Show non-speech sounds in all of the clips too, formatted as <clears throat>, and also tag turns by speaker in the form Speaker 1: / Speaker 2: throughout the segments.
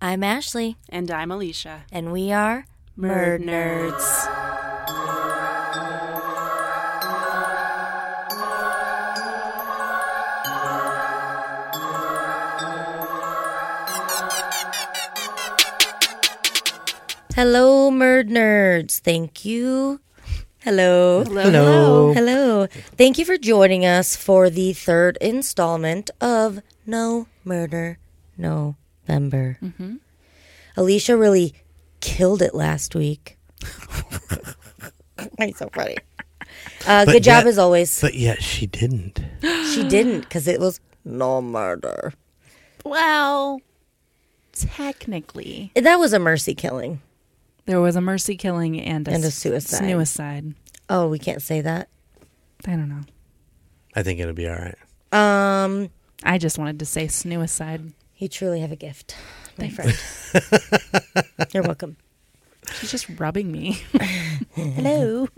Speaker 1: I'm Ashley,
Speaker 2: And I'm Alicia.
Speaker 1: and we are
Speaker 2: Murd
Speaker 1: Murd
Speaker 2: Nerds.
Speaker 1: Hello, Murd Nerds. Thank you. Hello.
Speaker 2: Hello.
Speaker 3: Hello.
Speaker 1: Hello. Thank you for joining us for the third installment of No Murder November. Alicia really killed it last <laughs> week. That's so funny. Uh,
Speaker 3: But
Speaker 1: good job
Speaker 3: yet-
Speaker 1: as always.
Speaker 3: But yet she didn't.
Speaker 1: <gasps> she didn't because it was no murder.
Speaker 2: Well, technically,
Speaker 1: That was a mercy killing.
Speaker 2: there was a mercy killing and a,
Speaker 1: And a
Speaker 2: s-
Speaker 1: suicide.
Speaker 2: Suicide.
Speaker 1: Oh, we can't say that.
Speaker 2: I don't know.
Speaker 3: I think it'll be all right. <laughs>
Speaker 1: Um,
Speaker 2: I just wanted to say suicide.
Speaker 1: you truly have a gift, my friend. You're welcome.
Speaker 2: She's just
Speaker 1: <laughs>
Speaker 2: rubbing me. Hello.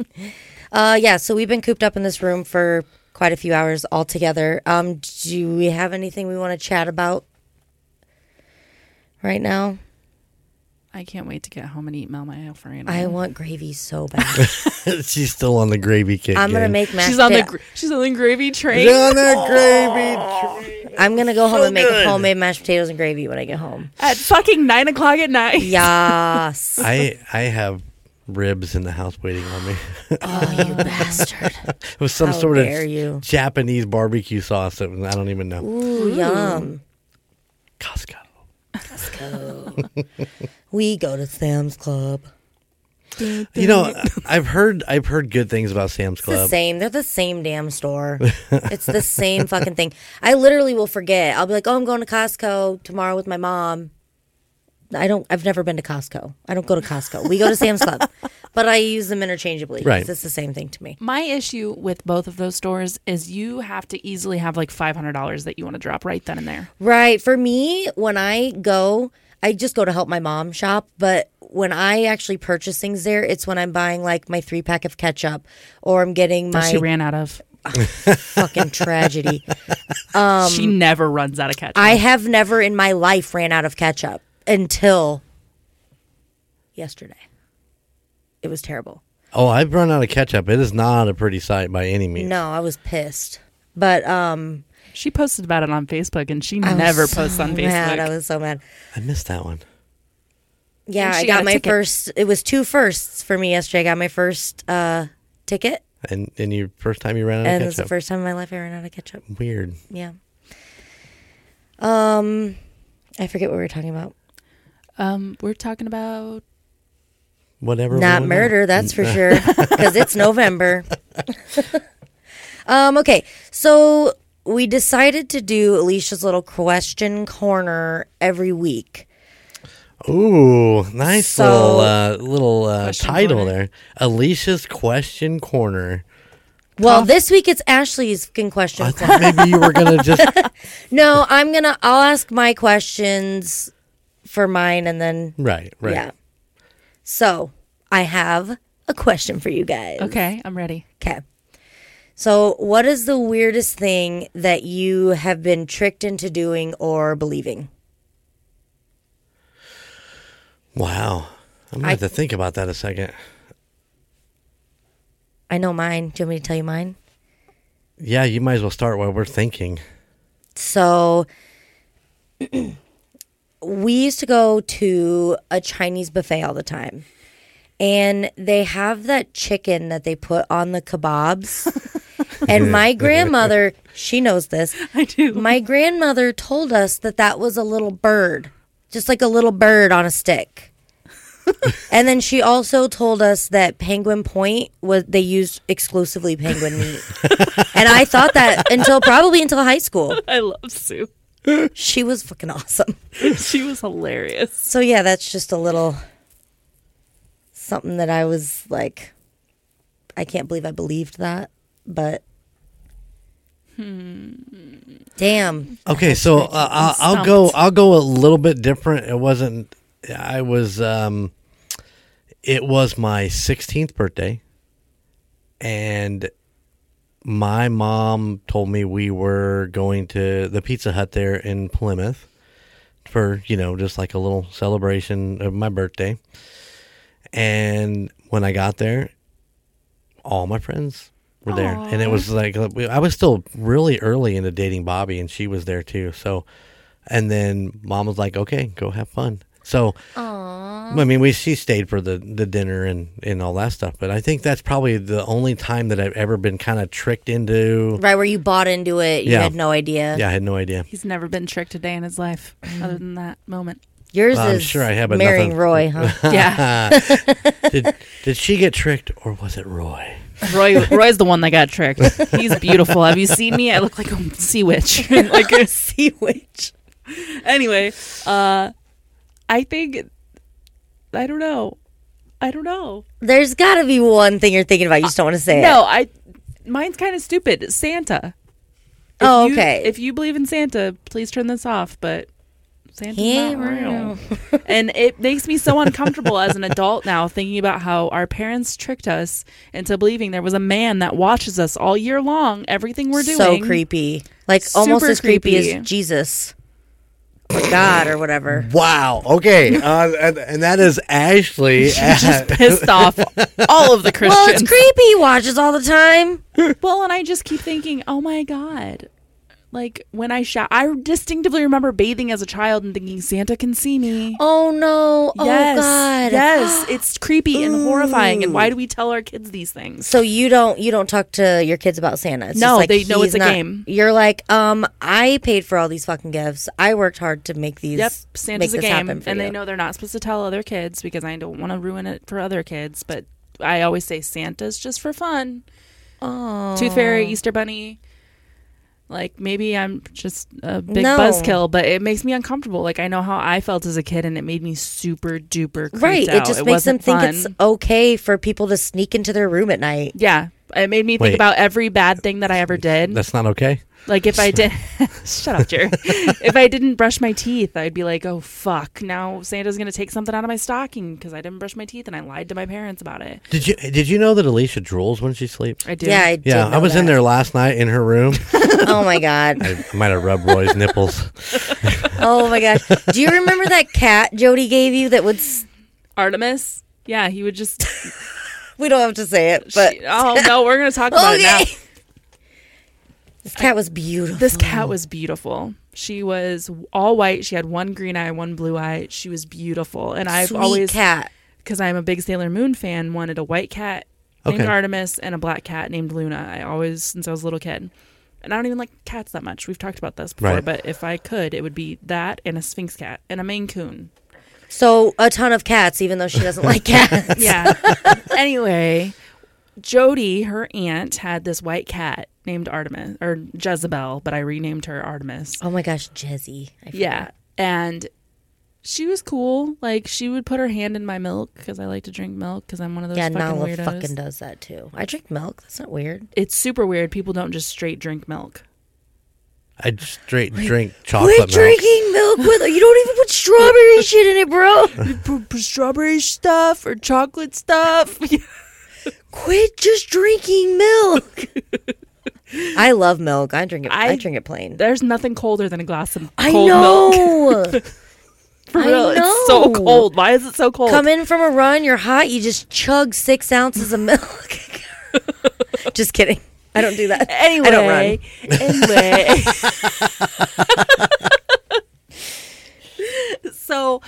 Speaker 1: Uh, yeah. So we've been cooped up in this room for quite a few hours altogether. Um, do we have anything we want to chat about right now?
Speaker 2: I can't wait to get home and eat Mel my offering.
Speaker 1: I want gravy so bad.
Speaker 3: She's still on the gravy kick.
Speaker 1: I'm gonna
Speaker 3: game.
Speaker 1: make mashed.
Speaker 2: she's on the
Speaker 1: pota-
Speaker 2: gr- she's on the gravy train.
Speaker 3: She's
Speaker 1: <laughs>
Speaker 3: on the gravy.
Speaker 1: I'm gonna go home and make
Speaker 3: good.
Speaker 1: homemade mashed potatoes and gravy when I get home.
Speaker 2: at fucking nine o'clock at night.
Speaker 1: Yes.
Speaker 3: <laughs> tra- I I have ribs in the house waiting on me. <laughs>
Speaker 1: oh, you bastard.
Speaker 3: it was some
Speaker 1: How
Speaker 3: sort of
Speaker 1: dare you.
Speaker 3: Japanese barbecue sauce that was- I don't even know.
Speaker 1: Ooh, yum.
Speaker 3: Costco.
Speaker 1: We go to Sam's Club.
Speaker 3: You
Speaker 1: <laughs>
Speaker 3: know, I've heard I've heard good things about Sam's
Speaker 1: It's the
Speaker 3: Club.
Speaker 1: same. They're the same damn
Speaker 3: <laughs>
Speaker 1: store. it's the same fucking thing. I literally will forget. I'll be like, "Oh, I'm going to Costco tomorrow with my mom." I don't. I've never been to Costco. I don't go to Costco. We go to Sam's
Speaker 3: <laughs>
Speaker 1: Club, but I use them interchangeably. 'cause
Speaker 3: Right.
Speaker 1: It's the same thing to me.
Speaker 2: My issue with both of those stores is you have to easily have like five hundred dollars that you want to drop right then and there.
Speaker 1: Right. For me, when I go, I just go to help my mom shop. But when I actually purchase things there, it's when I'm buying like my three pack of ketchup, or I'm getting
Speaker 2: That she
Speaker 1: my
Speaker 2: ran out of.
Speaker 1: fucking tragedy.
Speaker 3: <laughs>
Speaker 2: she
Speaker 1: um,
Speaker 2: never runs out of ketchup.
Speaker 1: I have never in my life ran out of ketchup until yesterday. It was terrible.
Speaker 3: Oh, I've run out of ketchup. It is not a pretty sight by any means.
Speaker 1: No, I was pissed. But um
Speaker 2: She posted about it on Facebook, and she
Speaker 1: I was
Speaker 2: never
Speaker 1: so
Speaker 2: posts on Facebook.
Speaker 1: Mad. I was so mad.
Speaker 3: I missed that one.
Speaker 1: Yeah,
Speaker 2: And
Speaker 1: I
Speaker 2: she
Speaker 1: got,
Speaker 2: got a
Speaker 1: my
Speaker 2: ticket.
Speaker 1: first it was two firsts for me yesterday. I got my first uh ticket
Speaker 3: And and your first time you ran out
Speaker 1: and it
Speaker 3: of
Speaker 1: was the
Speaker 3: ketchup.
Speaker 1: first time in my life I ran out of ketchup.
Speaker 3: Weird.
Speaker 1: Yeah. Um I forget what we were talking about.
Speaker 2: um, we're talking about
Speaker 3: Whatever.
Speaker 1: Not
Speaker 3: went on.
Speaker 1: murder, that's
Speaker 3: <laughs>
Speaker 1: for sure, because it's November. <laughs> um, okay, so we decided to do Alicia's little question corner every week.
Speaker 3: Ooh, nice
Speaker 1: So-
Speaker 3: little uh, little uh,
Speaker 2: Question
Speaker 3: title
Speaker 2: corner.
Speaker 3: there. Alicia's question corner.
Speaker 1: Well, this week it's Ashley's fucking question.
Speaker 3: I thought maybe you were gonna just.
Speaker 1: <laughs> No, I'm gonna. I'll ask my questions for mine, and then
Speaker 3: right, right.
Speaker 1: yeah. So I have a question for you guys.
Speaker 2: okay. I'm ready. <laughs>
Speaker 1: Okay. So, what is the weirdest thing that you have been tricked into doing or believing?
Speaker 3: Wow, I'm gonna
Speaker 1: I-
Speaker 3: have to think about that a second.
Speaker 1: I know mine. Do you want me to tell you mine?
Speaker 3: Yeah, you might as well start while we're thinking.
Speaker 1: So <clears throat> we used to go to a Chinese buffet all the time. And they have that chicken that they put on the kebabs. and my grandmother, she knows this.
Speaker 2: I do.
Speaker 1: My grandmother told us that that was a little bird, just like a little bird on a stick. and then she also told us that Penguin Point was they used exclusively penguin meat. and I thought that until probably until high school.
Speaker 2: I love <laughs> Sue.
Speaker 1: She was fucking awesome.
Speaker 2: She was hilarious.
Speaker 1: So yeah, that's just a little something that I was like I can't believe I believed that, but Damn.
Speaker 3: Okay, so uh, I'll, I'll go. I'll go a little bit different. It wasn't. I was. Um, it was my 16th birthday, and my mom told me we were going to the Pizza Hut there in Plymouth for you know just like a little celebration of my birthday. And when I got there, all my friends were there, and it was like I was still really early into dating Bobby, and she was there too. So, and then mom was like, "Okay, go have fun." So, I mean, we she stayed for the the dinner and and all that stuff, but I think that's probably the only time that I've ever been kind of tricked into.
Speaker 1: Right where you bought into it, you
Speaker 3: Yeah.
Speaker 1: had no idea.
Speaker 3: Yeah, I had no idea.
Speaker 2: He's never been tricked a day in his life
Speaker 1: Mm.
Speaker 2: other than that moment.
Speaker 1: <laughs> Yours
Speaker 3: Well, I'm
Speaker 1: is
Speaker 3: sure I have, but
Speaker 1: marrying
Speaker 3: nothing- <laughs>
Speaker 1: Roy, huh?
Speaker 2: Yeah.
Speaker 3: did <laughs> did she get tricked or was it Roy?
Speaker 2: Roy Roy's the one that got tricked. He's beautiful. Have you seen me? I look like a
Speaker 1: <laughs>
Speaker 2: sea witch. <laughs> like a sea witch. Anyway, uh I think I don't know. I don't know.
Speaker 1: There's got to be one thing you're thinking about. You just don't want to say
Speaker 2: No,
Speaker 1: it.
Speaker 2: I mine's kind of stupid. Santa. If
Speaker 1: Oh,
Speaker 2: you-
Speaker 1: okay.
Speaker 2: if you believe in Santa, please turn this off, but Santa's
Speaker 1: Yeah,
Speaker 2: not
Speaker 1: we're
Speaker 2: real. <laughs> and it makes me so uncomfortable as an adult now thinking about how our parents tricked us into believing there was a man that watches us all year long, everything we're doing.
Speaker 1: so creepy. Like almost
Speaker 2: Super
Speaker 1: as creepy,
Speaker 2: creepy. Mm-hmm.
Speaker 1: as Jesus, or God, or whatever.
Speaker 3: Wow. Okay. Uh, and, and that is Ashley. at-
Speaker 2: pissed off all <laughs> of the
Speaker 1: Well, it's
Speaker 2: Christians.
Speaker 1: creepy. He watches all the time.
Speaker 2: Well, and I just keep thinking, oh my God. Like when I shout, I distinctively remember bathing as a child and thinking Santa can see me.
Speaker 1: Oh no!
Speaker 2: yes,
Speaker 1: Oh God!
Speaker 2: yes, it's creepy and
Speaker 1: <gasps>
Speaker 2: horrifying. And why do we tell our kids these things?
Speaker 1: So you don't you don't talk to your kids about Santa? It's
Speaker 2: No,
Speaker 1: just like
Speaker 2: they know
Speaker 1: he's
Speaker 2: it's a
Speaker 1: not-
Speaker 2: game.
Speaker 1: You're like, um, I paid for all these fucking gifts. I worked hard to make these.
Speaker 2: Yep,
Speaker 1: make
Speaker 2: Santa's a
Speaker 1: this
Speaker 2: game,
Speaker 1: happen
Speaker 2: and
Speaker 1: for you.
Speaker 2: they know they're not supposed to tell other kids because I don't want to ruin it for other kids. But I always say Santa's just for fun.
Speaker 1: Oh,
Speaker 2: Tooth Fairy, Easter Bunny. Like maybe I'm just a big
Speaker 1: No.
Speaker 2: buzzkill, but it makes me uncomfortable. Like I know how I felt as a kid, and it made me super duper creeped
Speaker 1: right. It
Speaker 2: out.
Speaker 1: just makes them
Speaker 2: wasn't
Speaker 1: think
Speaker 2: fun.
Speaker 1: it's okay for people to sneak into their room at night.
Speaker 2: yeah. It made me think
Speaker 3: Wait.
Speaker 2: about every bad thing that I ever did.
Speaker 3: That's not okay.
Speaker 2: Like if I did, <laughs> shut up, <laughs> Jerry. if I didn't brush my teeth, I'd be like, "Oh fuck!" Now Santa's gonna take something out of my stocking because I didn't brush my teeth and I lied to my parents about it.
Speaker 3: Did you Did you know that Alicia drools when she sleeps?
Speaker 2: I do.
Speaker 1: Yeah, I did
Speaker 3: Yeah,
Speaker 1: know
Speaker 3: I was in
Speaker 1: that.
Speaker 3: there last night in her room.
Speaker 1: Oh my god!
Speaker 3: <laughs> I might have rubbed Roy's nipples.
Speaker 1: Oh my god! Do you remember that cat Jody gave you that would? s-
Speaker 2: Artemis. Yeah, he
Speaker 1: <laughs>
Speaker 2: would just.
Speaker 1: We don't have to say it, but
Speaker 2: she- <laughs> oh no, we're gonna talk about it now.
Speaker 1: okay. <laughs> This cat was beautiful.
Speaker 2: This cat was beautiful. She was all white. She had one green eye, one blue eye. She was beautiful. And I've
Speaker 1: Sweet
Speaker 2: always,
Speaker 1: cat.
Speaker 2: because I'm a big Sailor Moon fan, wanted a white cat named
Speaker 3: Okay.
Speaker 2: Artemis and a black cat named Luna. I always, since I was a little kid. And I don't even like cats that much. We've talked about this before,
Speaker 3: Right.
Speaker 2: but if I could, it would be that and a Sphinx cat and a Maine
Speaker 3: <laughs>
Speaker 2: Coon.
Speaker 1: So a ton of cats, even though she doesn't like cats.
Speaker 2: Yeah. anyway, Jody, her aunt, had this white cat named Artemis or Jezebel, but I renamed her Artemis.
Speaker 1: Oh my gosh, Jezzy. I
Speaker 2: Yeah. And she was cool. Like she would put her hand in my milk because I like to drink milk because I'm one of those
Speaker 1: Yeah,
Speaker 2: fucking
Speaker 1: Nala
Speaker 2: weirdos.
Speaker 1: fucking does that too. I drink milk. That's not weird.
Speaker 2: it's super weird. People don't just straight drink milk.
Speaker 3: I straight drink
Speaker 1: Quit
Speaker 3: chocolate milk.
Speaker 1: drinking milk with You don't even put strawberry shit in it, bro.
Speaker 2: strawberry stuff or chocolate stuff. <laughs>
Speaker 1: Quit just drinking
Speaker 2: <laughs>
Speaker 1: milk. I love milk. I drink it. I,
Speaker 2: I-
Speaker 1: drink it plain.
Speaker 2: There's nothing colder than a glass of
Speaker 1: I
Speaker 2: cold milk.
Speaker 1: know.
Speaker 2: <laughs> For
Speaker 1: I
Speaker 2: real, it's so
Speaker 1: know.
Speaker 2: cold. Why is it so cold?
Speaker 1: Come in from a run, you're hot. You just chug six ounces of
Speaker 2: <laughs>
Speaker 1: milk. just kidding. I don't do that.
Speaker 2: Anyway,
Speaker 1: I don't run.
Speaker 2: anyway. <laughs> so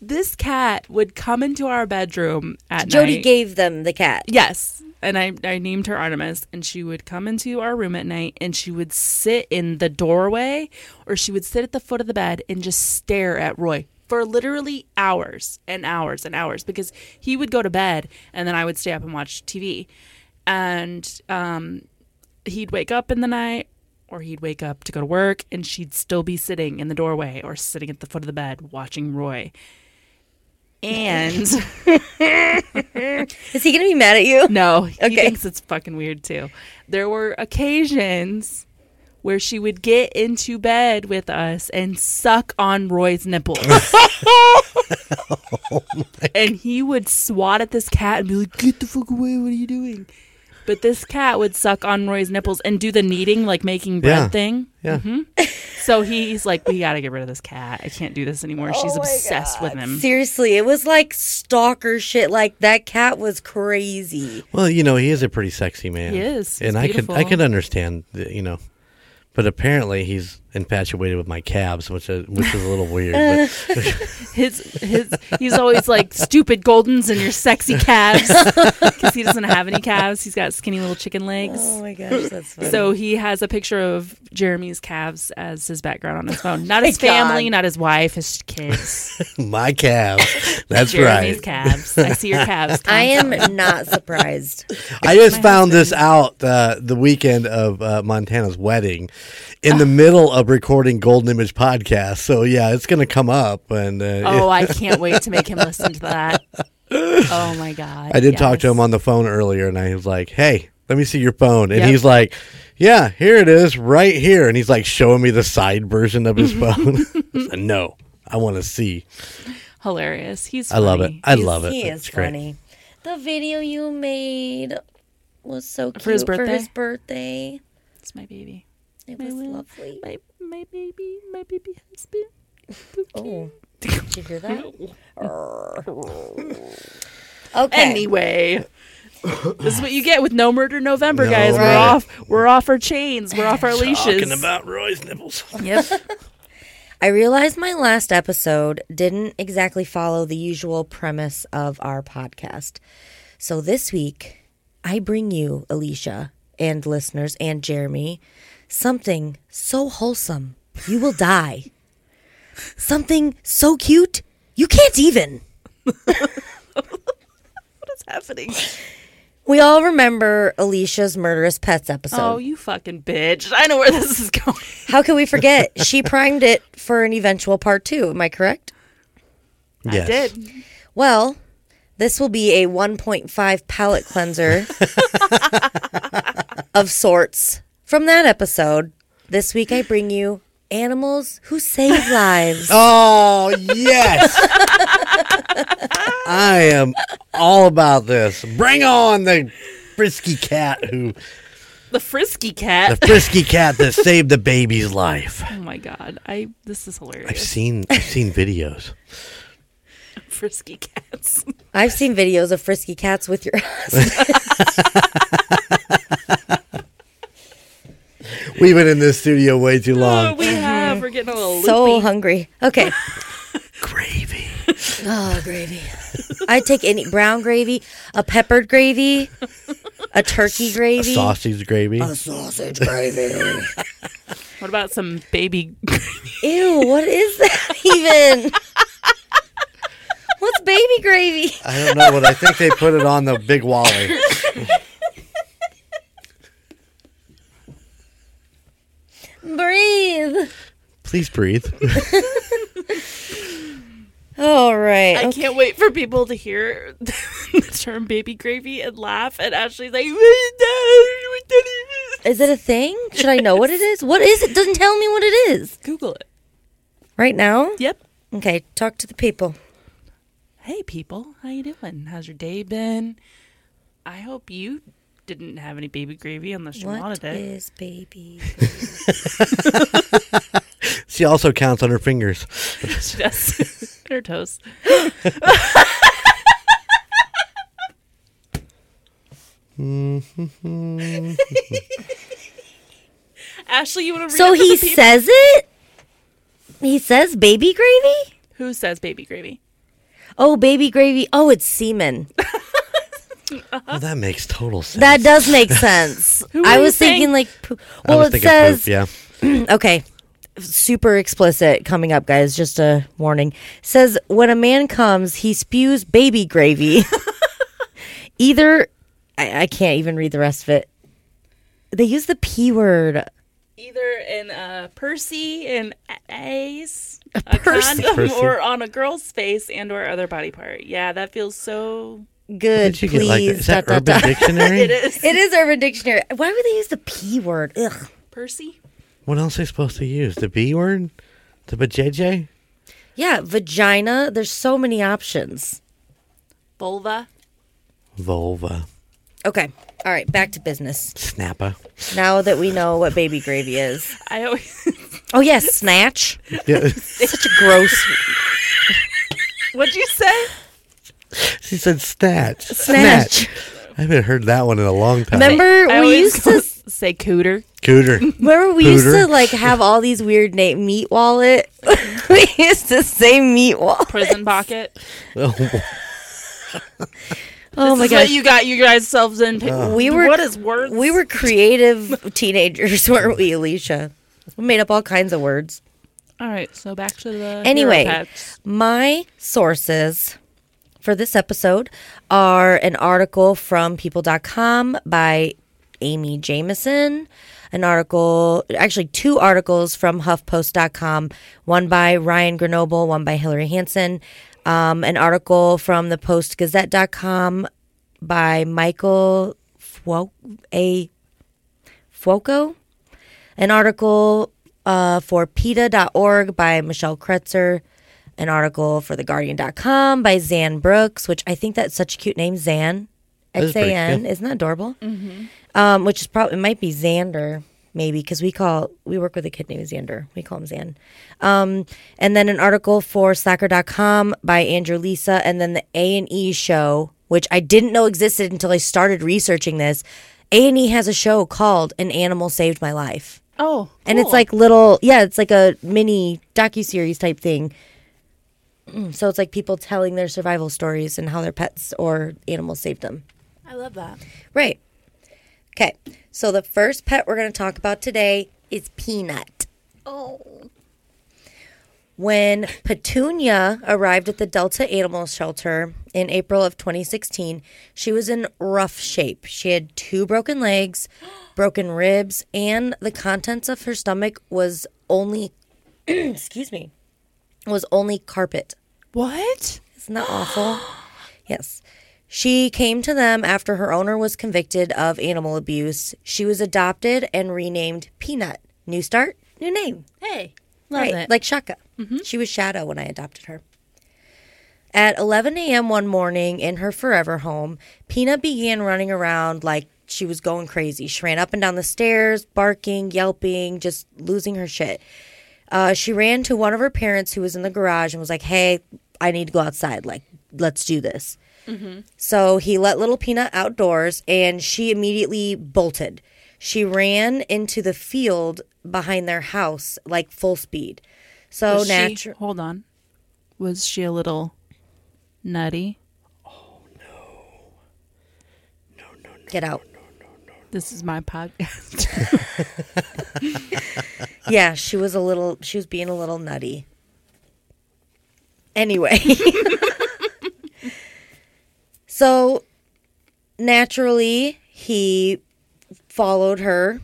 Speaker 2: this cat would come into our bedroom at
Speaker 1: Jody
Speaker 2: night.
Speaker 1: gave them the cat.
Speaker 2: yes, and I I named her Artemis, and she would come into our room at night, and she would sit in the doorway, or she would sit at the foot of the bed and just stare at Roy. For literally hours and hours and hours, because he would go to bed and then I would stay up and watch TV. And um, he'd wake up in the night or he'd wake up to go to work and she'd still be sitting in the doorway or sitting at the foot of the bed watching Roy. And
Speaker 1: Is he gonna be mad at you?
Speaker 2: no, he
Speaker 1: Okay.
Speaker 2: thinks it's fucking weird too. There were occasions where she would get into bed with us and suck on Roy's nipples. <laughs> and he would swat at this cat and be like, "Get the fuck away! What are you doing?" But this cat would suck on Roy's nipples and do the kneading, like making bread
Speaker 3: Yeah.
Speaker 2: thing.
Speaker 3: Yeah.
Speaker 2: So he's like, we got to get rid of this cat. I can't do this anymore. She's obsessed with him.
Speaker 1: Seriously, it was like stalker shit. Like that cat was crazy.
Speaker 3: Well, you know, he is a pretty sexy man.
Speaker 2: He is. He's
Speaker 3: and I could I
Speaker 2: beautiful.
Speaker 3: could understand, the, you know, but apparently he's infatuated with my calves, which is, which is a little weird. But
Speaker 2: His his he's always like stupid goldens and your sexy
Speaker 3: <laughs>
Speaker 2: calves because he doesn't have any calves. He's got skinny little chicken legs.
Speaker 1: Oh my gosh, <laughs> that's funny.
Speaker 2: So he has a picture of Jeremy's calves as his background on his phone.
Speaker 3: <laughs>
Speaker 2: Not his
Speaker 1: my God.
Speaker 2: family, not his wife, his kids.
Speaker 3: my calves. That's
Speaker 2: Jeremy's
Speaker 3: right.
Speaker 2: calves. I see your calves.
Speaker 1: I am <laughs> not surprised.
Speaker 3: I just found this out uh, the weekend of uh, Montana's wedding, in the middle of recording Golden Image podcast. So yeah, it's going to come up, and uh, <laughs>
Speaker 2: Oh, I can't wait to make him listen to that. Oh my god.
Speaker 3: I did talk to
Speaker 2: yes.
Speaker 3: him on the phone earlier, and I was like, "Hey, let me see your phone," and
Speaker 2: Yep.
Speaker 3: he's like, "Yeah, here it is, right here," and he's like showing me the side version of
Speaker 2: <laughs>
Speaker 3: his phone. <laughs> I said, no, I want to see.
Speaker 2: Hilarious. He's
Speaker 3: I love it.
Speaker 2: funny.
Speaker 3: I love it.
Speaker 1: He
Speaker 3: It's
Speaker 1: is
Speaker 3: great.
Speaker 1: funny. The video you made was so cute
Speaker 2: For his
Speaker 1: For
Speaker 2: birthday?
Speaker 1: his birthday.
Speaker 2: It's my baby.
Speaker 1: It
Speaker 2: My
Speaker 1: was
Speaker 2: little-
Speaker 1: lovely.
Speaker 2: My my baby. My baby husband.
Speaker 1: <laughs> Oh, did you hear that? <laughs> okay.
Speaker 2: Anyway. This is what you get with no murder November,
Speaker 3: No
Speaker 2: guys. We're
Speaker 3: murder.
Speaker 2: off. We're off our chains. We're off our leashes.
Speaker 3: Roy's nipples.
Speaker 2: yep.
Speaker 1: I realized my last episode didn't exactly follow the usual premise of our podcast. So this week, I bring you, Alicia, and listeners, and Jeremy, something so wholesome you will die. something so cute you can't even.
Speaker 2: What's happening?
Speaker 1: We all remember Alicia's murderous pets episode.
Speaker 2: <laughs> Oh, you fucking bitch. I know where this is going.
Speaker 1: How could we forget? she primed it for an eventual part two. Am I correct?
Speaker 3: Yes.
Speaker 2: I did.
Speaker 1: Well, this will be a 1.5 palate cleanser
Speaker 3: <laughs>
Speaker 1: of sorts from that episode. This week I bring you animals who save lives.
Speaker 3: Oh yes. I am all about this. Bring on the frisky cat who
Speaker 2: The frisky
Speaker 3: the
Speaker 2: cat.
Speaker 3: frisky cat that saved the baby's life.
Speaker 2: oh my god. I this is hilarious.
Speaker 3: I've seen I've seen videos.
Speaker 2: frisky <laughs> cats.
Speaker 1: I've seen videos of frisky cats with your husband.
Speaker 3: We've been in this studio way too
Speaker 2: Oh, <laughs>
Speaker 3: long.
Speaker 2: we have. We're getting a little
Speaker 1: so
Speaker 2: loopy.
Speaker 1: hungry. Okay.
Speaker 3: <laughs> Gravy.
Speaker 1: Oh, gravy. I take any brown gravy, a peppered gravy, a turkey gravy,
Speaker 3: Sausage gravy.
Speaker 1: a sausage gravy.
Speaker 2: What about some baby?
Speaker 1: Ew, what is that <laughs> even? What's baby gravy?
Speaker 3: I don't know, but I think they put it on the big Wally.
Speaker 1: Breathe.
Speaker 3: Please breathe.
Speaker 1: All right.
Speaker 2: <laughs> I can't wait for people to hear <laughs> the term baby gravy and laugh. And Ashley's like, "What that is?"
Speaker 1: Is it a thing? Should I know what it is? What is it? Doesn't tell me what it is.
Speaker 2: Google it.
Speaker 1: Right now?
Speaker 2: Yep.
Speaker 1: Okay, talk to the people.
Speaker 2: Hey, people. How you doing? How's your day been? I hope you didn't have any baby gravy unless you
Speaker 1: What
Speaker 2: wanted it.
Speaker 1: is baby?
Speaker 3: She also counts on her fingers.
Speaker 2: <laughs>
Speaker 1: <laughs>
Speaker 2: Yes. Her toes. Ashley, you want to read
Speaker 1: So
Speaker 2: it to
Speaker 1: he
Speaker 2: the people?
Speaker 1: says it? He says baby gravy?
Speaker 2: Who says baby gravy?
Speaker 1: Oh, baby gravy. Oh, it's semen.
Speaker 3: Well, that makes total sense.
Speaker 1: That does
Speaker 2: <laughs>
Speaker 1: make sense.
Speaker 2: Who
Speaker 1: I
Speaker 2: were you
Speaker 1: was thinking
Speaker 2: saying?
Speaker 1: like poo-
Speaker 3: I
Speaker 1: Well,
Speaker 3: was
Speaker 1: it
Speaker 3: thinking
Speaker 1: says
Speaker 3: poop, yeah.
Speaker 1: okay super explicit coming up guys just a warning says when a man comes he spews baby gravy <laughs> either I, I can't even read the rest of it they use the p word
Speaker 2: Either in uh, Percy and Ace, a,
Speaker 1: Percy.
Speaker 2: condom,
Speaker 3: Percy.
Speaker 2: <laughs> or on a girl's face and or other body part. Yeah, that feels so.
Speaker 1: good
Speaker 3: Did you
Speaker 1: please
Speaker 3: get like that? Is that
Speaker 1: dot, dot,
Speaker 3: Urban
Speaker 1: dot.
Speaker 2: <laughs>
Speaker 3: Dictionary?
Speaker 2: It is
Speaker 1: <laughs> it is urban dictionary why would they use the p word Ugh.
Speaker 2: Percy.
Speaker 3: What else are they supposed to use? The B word? The bajeje?
Speaker 1: yeah vagina there's so many options
Speaker 2: Vulva.
Speaker 3: Vulva.
Speaker 1: Okay. All right. Back to business.
Speaker 3: Snappa.
Speaker 1: Now that we know what baby gravy is.
Speaker 2: I always.
Speaker 1: Oh yes, snatch.
Speaker 3: Yeah.
Speaker 1: Such a gross
Speaker 2: <laughs> What'd you say?
Speaker 3: <laughs> she said snatch.
Speaker 1: Snatch.
Speaker 3: I haven't heard that one in a long time.
Speaker 1: Remember
Speaker 2: I
Speaker 1: we
Speaker 2: always
Speaker 1: used to
Speaker 2: <laughs> say cooter.
Speaker 3: Cooter. <laughs>
Speaker 1: remember we used to
Speaker 3: Pooter.
Speaker 1: like have all these weird name meat wallet. <laughs> we used to say meat wallet.
Speaker 2: Prison pocket. <laughs>
Speaker 1: Oh
Speaker 3: Oh,
Speaker 2: this
Speaker 1: my
Speaker 2: is what
Speaker 1: gosh.
Speaker 2: you got you guys selves in.
Speaker 1: We were-
Speaker 2: Oh what is words?
Speaker 1: We were creative teenagers, <laughs> weren't we, Alicia? We made up all kinds of words.
Speaker 2: all right. So back to the hero
Speaker 1: Anyway,
Speaker 2: pets.
Speaker 1: my sources for this episode are an article from people.com by Amy Jameson, an article, actually, two articles from HuffPost.com, one by Ryan Grenoble, one by Hillary Hansen, um, an article from the PostGazette.com by Michael Fuo- A. Fuoco, an article uh, for PETA.org by Michelle Kretzer, an article for TheGuardian.com by Zan Brooks, which I think that's such a cute name, Zan. X
Speaker 3: is
Speaker 1: A
Speaker 3: pretty
Speaker 1: N. Isn't that adorable? Um, which is probably, it might be Xander, maybe, because we call, we work with a kid named Xander. We call him Zan. Um, and then an article for Slacker.com by Andrew Lisa, and then the A&E show, which I didn't know existed until I started researching this. A&E has a show called An Animal Saved My Life.
Speaker 2: Oh,
Speaker 1: And it's
Speaker 2: cool.
Speaker 1: like little, yeah, it's like a mini docuseries type thing. Mm, So it's like people telling their survival stories and how their pets or animals saved them.
Speaker 2: I love that.
Speaker 1: Right. Okay. So the first pet we're going to talk about today is Peanut.
Speaker 2: Oh,
Speaker 1: When Petunia arrived at the Delta Animal Shelter in April of 2016, she was in rough shape. She had two broken legs, broken ribs, and the contents of her stomach was only, <clears throat> excuse me, was only carpet.
Speaker 2: what?
Speaker 1: Isn't that awful? Yes. She came to them after her owner was convicted of animal abuse. She was adopted and renamed Peanut. New start, new name.
Speaker 2: Hey,
Speaker 1: right, like Shaka. She was Shadow when I adopted her. At 11 a.m. one morning in her forever home, Peanut began running around like she was going crazy. She ran up and down the stairs, barking, yelping, just losing her shit. Uh, she ran to one of her parents who was in the garage and was like, Hey, I need to go outside. Like, let's do this. So he let little Peanut outdoors and she immediately bolted. She ran into the field behind their house like full speed. So
Speaker 2: Was she-
Speaker 1: natural.
Speaker 2: Hold on. Was she a little nutty?
Speaker 1: Get out.
Speaker 2: This is my podcast. <laughs>
Speaker 1: Yeah, she was a little, she was being a little nutty. Anyway. <laughs> so naturally, he followed her,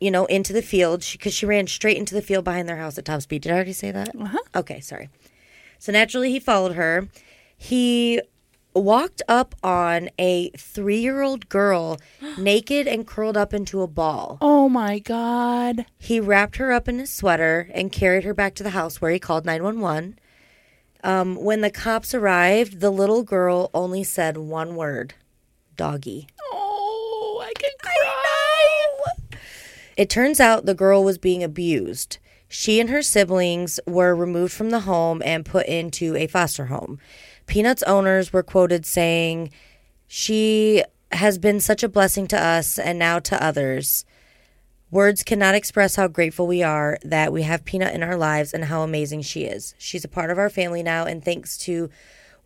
Speaker 1: you know, into the field because she ran straight into the field behind their house at top speed. Did I already say that? Uh-huh. Okay, sorry. So naturally, he followed her. He walked up on a three year old girl <gasps> naked and curled up into a ball.
Speaker 2: oh my god.
Speaker 1: He wrapped her up in his sweater and carried her back to the house where he called 911. Um, when the cops arrived, the little girl only said one word doggy.
Speaker 2: Oh, I can cry.
Speaker 1: It turns out the girl was being abused. She and her siblings were removed from the home and put into a foster home. Peanuts owners were quoted saying, She has been such a blessing to us and now to others. Words cannot express how grateful we are that we have Peanut in our lives and how amazing she is. She's a part of our family now, and thanks to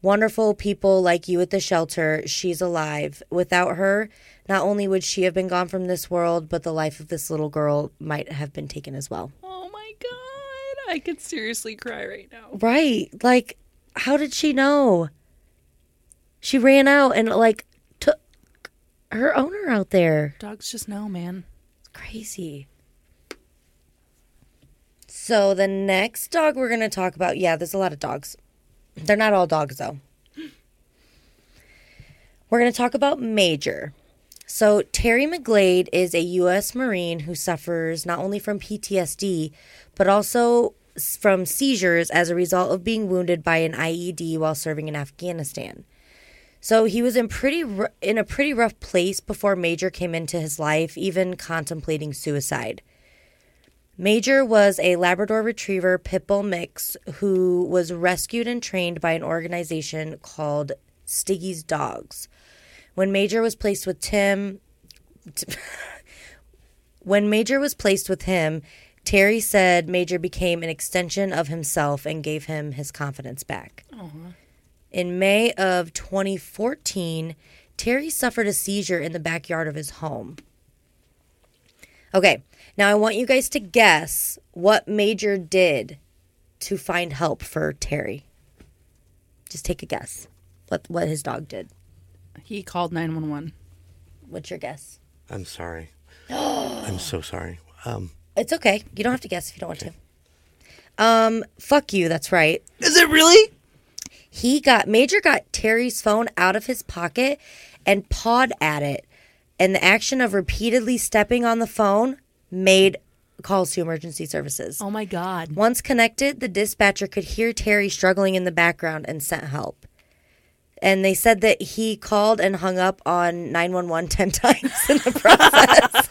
Speaker 1: wonderful people like you at the shelter, she's alive. Without her, not only would she have been gone from this world, but the life of this little girl might have been taken as well.
Speaker 2: Oh my god. I could seriously cry right now.
Speaker 1: Right. Like, how did she know? She ran out and, like, took her owner out there.
Speaker 2: Dogs just know, man.
Speaker 1: Crazy. So the next dog we're going to talk about, yeah, there's a lot of dogs. They're not all dogs though. We're going to talk about Major. So Terry McGlade is a US Marine who suffers not only from PTSD but also s- from E seizures as a result of being wounded by an IED while serving in Afghanistan. So he was in pretty r- in a pretty rough place before Major came into his life, even contemplating suicide. Major was a Labrador Retriever pit bull mix who was rescued and trained by an organization called Stiggy's Dogs. When Major was placed with Tim, <laughs> when Major was placed with him, Terry said Major became an extension of himself and gave him his confidence back. In May of 2014, Terry suffered a seizure in the backyard of his home. Okay, now I want you guys to guess what Major did to find help for Terry. Just take a guess. What what his dog did.
Speaker 2: He called 911.
Speaker 1: What's your guess?
Speaker 3: I'm sorry. I'm so sorry. Um,
Speaker 1: It's okay. You don't have to guess if you don't want to. Um, fuck you, that's right.
Speaker 2: Is it really?
Speaker 1: he got Major got Terry's phone out of his pocket and pawed at it. And the action of repeatedly stepping on the phone made calls to emergency services.
Speaker 2: Oh my God.
Speaker 1: Once connected, the dispatcher could hear Terry struggling in the background and sent help. And they said that he called and hung up on 911 10 times in the process.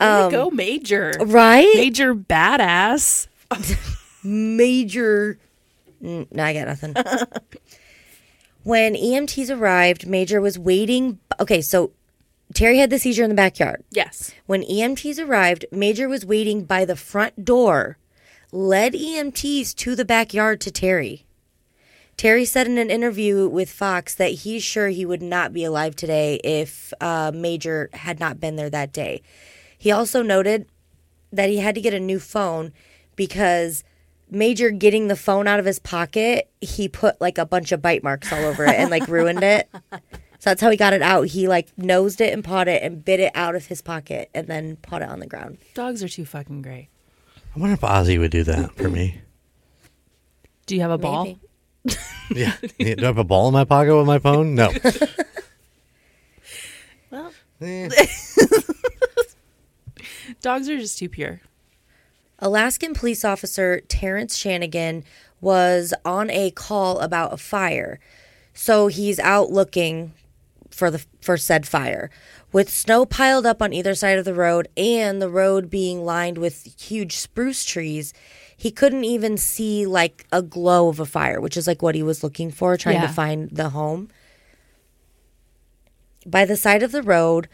Speaker 2: Way to go, Major.
Speaker 1: right?
Speaker 2: Major badass.
Speaker 1: major. Mm, No, I got nothing. <laughs> when EMTs arrived, Major was waiting. Okay, so Terry had the seizure in the backyard.
Speaker 2: Yes.
Speaker 1: When EMTs arrived, Major was waiting by the front door, led EMTs to the backyard to Terry. Terry said in an interview with Fox that he's sure he would not be alive today if uh, Major had not been there that day. He also noted that he had to get a new phone because Major getting the phone out of his pocket, he put like a bunch of bite marks all over it and like ruined it. So that's how he got it out. He like nosed it and pawed it and bit it out of his pocket and then pawed it on the ground.
Speaker 2: Dogs are too fucking great.
Speaker 3: I wonder if Ozzy would do that for me.
Speaker 2: Do you have a ball?
Speaker 1: Maybe.
Speaker 3: Yeah. Yeah, Do I have a ball in my pocket with my phone? No.
Speaker 2: Well,
Speaker 3: Eh.
Speaker 2: <laughs> dogs are just too pure.
Speaker 1: Alaskan police officer Terrence Shanigan was on a call about a fire. So he's out looking for the for said fire. With snow piled up on either side of the road and the road being lined with huge spruce trees, he couldn't even see like a glow of a fire, which is like what he was looking for trying
Speaker 2: Yeah.
Speaker 1: to find the home. by the side of the road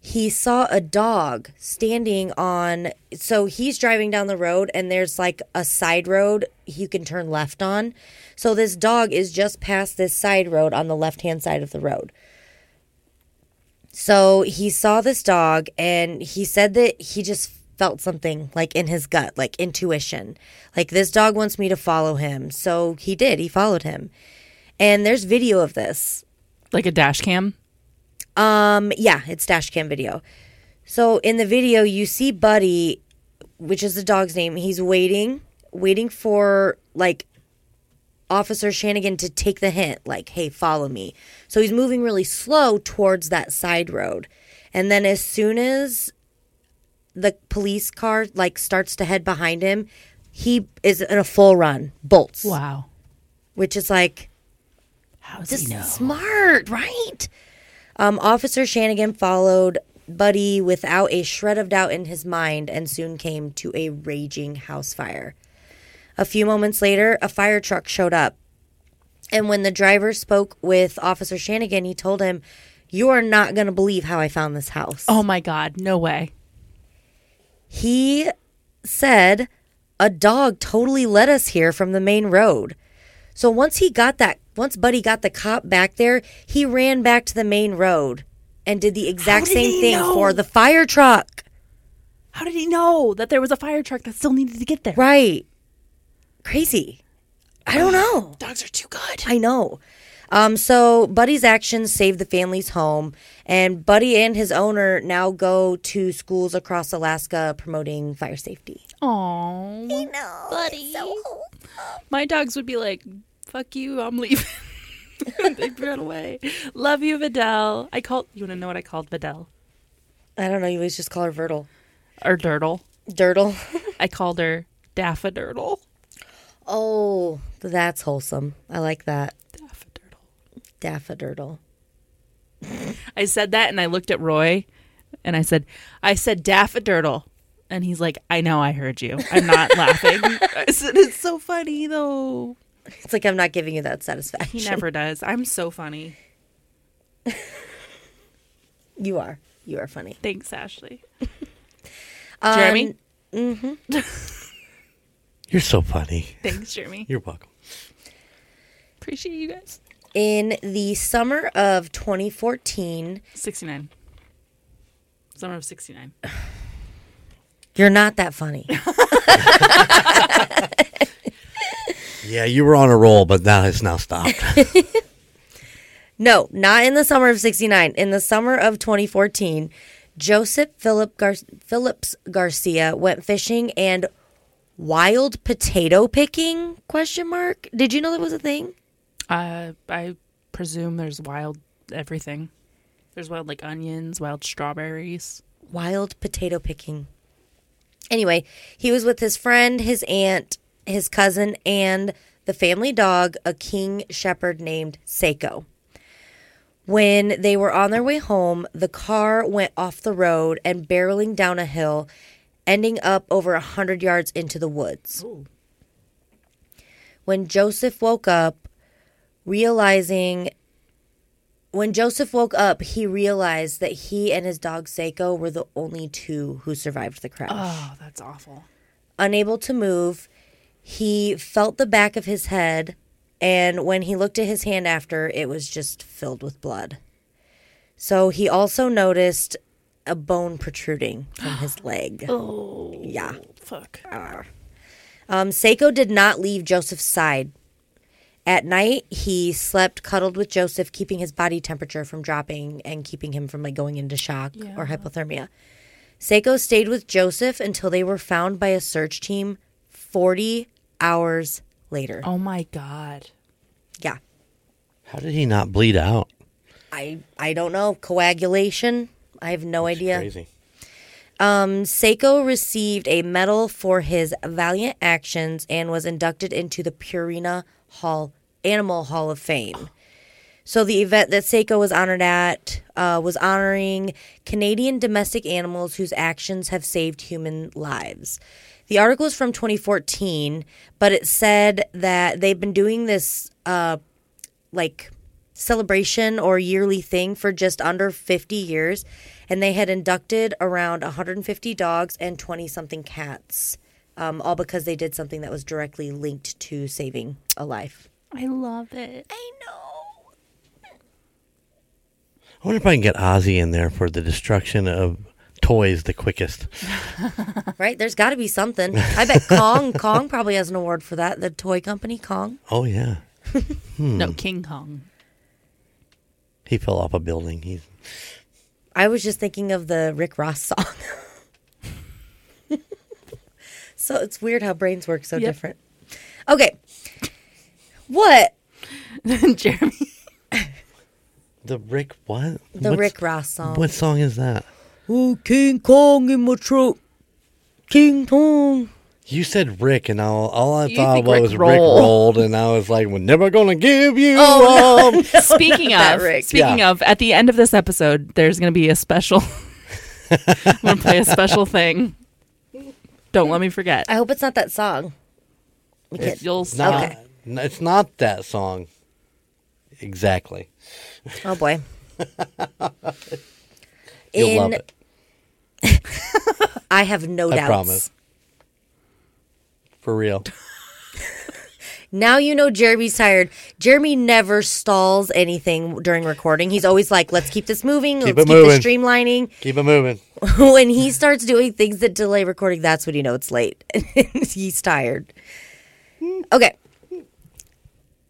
Speaker 1: he saw a dog standing on so he's driving down the road and there's like a side road you can turn left on so this dog is just past this side road on the left hand side of the road so he saw this dog and he said that he just felt something like in his gut, like intuition. Like this dog wants me to follow him. So he did. He followed him. And there's video of this.
Speaker 2: Like a dash cam?
Speaker 1: Um, yeah, it's dash cam video. So in the video, you see Buddy, which is the dog's name. He's waiting, waiting for like Officer Shanigan to take the hint, like, "Hey, follow me." So he's moving really slow towards that side road, and then as soon as the police car like starts to head behind him, he is in a full run, bolts,
Speaker 2: Wow.
Speaker 1: which is like
Speaker 2: How does
Speaker 1: just
Speaker 2: he know?
Speaker 1: smart, right? Um, Officer Shanigan followed Buddy without a shred of doubt in his mind and soon came to a raging house fire. A few moments later, a fire truck showed up. And when the driver spoke with Officer Shanigan, he told him, You are not going to believe how I found this house.
Speaker 2: Oh my God. No way.
Speaker 1: He said, A dog totally led us here from the main road. So once he got that, once Buddy got the cop back there, he ran back to the main road and did the exact
Speaker 2: did
Speaker 1: same
Speaker 2: he
Speaker 1: thing
Speaker 2: know?
Speaker 1: for the fire truck.
Speaker 2: How did he know that there was a fire truck that still needed to get there?
Speaker 1: Right. Crazy. I don't know.
Speaker 2: Dogs are too good.
Speaker 1: I know. Um, so Buddy's actions saved the family's home, and Buddy and his owner now go to schools across Alaska promoting fire safety.
Speaker 2: Aw.
Speaker 1: No, buddy.
Speaker 2: My dogs would be like, fuck you, I'm leaving. <laughs> They'd run away. Love you, Vidal. I called, you want to know what I called Vidal?
Speaker 1: I don't know. You always just call her Vertle.
Speaker 2: Or Dirtle.
Speaker 1: Dirtle. <laughs>
Speaker 2: I called her Daffodurtle.
Speaker 1: oh, that's wholesome. I like that. Daffodurtle.
Speaker 2: Daffodurtle. I said that and I looked at Roy and I said, I said daffodurtle. And he's like, I know I heard you. I'm not <laughs> laughing. I said, it's so funny though.
Speaker 1: It's like I'm not giving you that satisfaction.
Speaker 2: He never does. I'm so funny.
Speaker 1: You are. You are funny.
Speaker 2: Thanks, Ashley. <laughs> Jeremy?
Speaker 1: Um,
Speaker 3: You're so funny.
Speaker 2: Thanks, Jeremy.
Speaker 3: You're welcome.
Speaker 2: Appreciate you guys.
Speaker 1: In the summer of 2014,
Speaker 2: 69. Summer of 69.
Speaker 1: you're not that funny.
Speaker 3: Yeah, you were on a roll, but that has
Speaker 1: <laughs>
Speaker 3: now stopped.
Speaker 1: No, not in the summer of 69. In the summer of 2014, Joseph Philip Gar- Phillips Garcia went fishing and wild potato picking question mark. Did you know that was a thing?
Speaker 2: Uh, I presume there's wild everything. There's wild like onions, wild strawberries.
Speaker 1: Wild potato picking. Anyway, he was with his friend, his aunt, his cousin, and the family dog, a king shepherd named Seiko. When they were on their way home, the car went off the road and barreling down a hill, ending up over a 100 yards into the woods. When Joseph woke up, realizing when Joseph woke up, he realized that he and his dog Seiko were the only two who survived the crash.
Speaker 2: Oh, that's awful.
Speaker 1: Unable to move, he felt the back of his head, and when he looked at his hand after, it was just filled with blood. So he also noticed a bone protruding from
Speaker 2: <gasps>
Speaker 1: his leg. Oh. Yeah.
Speaker 2: Fuck.
Speaker 1: Um, Seiko did not leave Joseph's side. At night, he slept cuddled with Joseph, keeping his body temperature from dropping and keeping him from like going into shock or hypothermia. Seiko stayed with Joseph until they were found by a search team 40 hours later.
Speaker 2: Oh my god.
Speaker 1: Yeah.
Speaker 3: How did he not bleed out?
Speaker 1: I I don't know. Coagulation? I have no idea.
Speaker 3: Crazy.
Speaker 1: Um, Seiko received a medal for his valiant actions and was inducted into the Purina Hall Animal Hall of Fame. So the event that Seiko was honored at uh, was honoring Canadian domestic animals whose actions have saved human lives. The article is from 2014, but it said that they've been doing this uh, like celebration or yearly thing for just under 50 years and they had inducted around 150 dogs and 20 something cats um, all because they did something that was directly linked to saving a life
Speaker 2: I love it.
Speaker 1: i know
Speaker 3: I wonder if I can get Ozzy in there for the destruction of toys the quickest.
Speaker 1: right there's got to be something i bet kong kong probably has an award for that the toy company kong
Speaker 3: Oh yeah,
Speaker 2: No,
Speaker 1: <laughs>
Speaker 2: King Kong.
Speaker 3: he fell off a building. He's
Speaker 1: i was just thinking of the rick ross song <laughs> so it's weird how brains work so
Speaker 2: Yep.
Speaker 1: different okay what
Speaker 2: <laughs> Jeremy.
Speaker 3: the Rick. What
Speaker 1: the
Speaker 3: What's-
Speaker 1: rick ross song
Speaker 3: What song is that?
Speaker 1: Oh, King Kong in my truck. King Kong.
Speaker 3: You said Rick, and all, all I
Speaker 2: You
Speaker 3: thought
Speaker 2: think
Speaker 3: was
Speaker 2: Rick
Speaker 3: Rick
Speaker 2: rolled.
Speaker 3: rolled, and I was like, "We're never gonna give you
Speaker 1: Oh,
Speaker 3: up."
Speaker 1: <laughs>
Speaker 2: Speaking
Speaker 1: that
Speaker 2: of,
Speaker 1: Rick.
Speaker 2: speaking
Speaker 3: Yeah.
Speaker 2: of, at the end of this episode, there's going to be a special. <laughs> I'm going to play a special thing. Don't let me forget.
Speaker 1: I hope it's not that song. We can't-
Speaker 2: You'll
Speaker 3: It's not.
Speaker 1: Okay.
Speaker 3: n- It's not that song. Exactly.
Speaker 1: Oh boy.
Speaker 3: <laughs> You'll love it.
Speaker 1: I have no
Speaker 3: I
Speaker 1: doubts.
Speaker 3: promise. For real.
Speaker 1: Now you know Jeremy's tired. Jeremy never stalls anything during recording. He's always like, "Let's keep this moving.
Speaker 3: Keep
Speaker 1: let's
Speaker 3: it
Speaker 1: keep
Speaker 3: moving."
Speaker 1: this streamlining."
Speaker 3: Keep it moving.
Speaker 1: <laughs> when he starts doing things that delay recording, that's when you know it's late. <laughs> He's tired. Okay.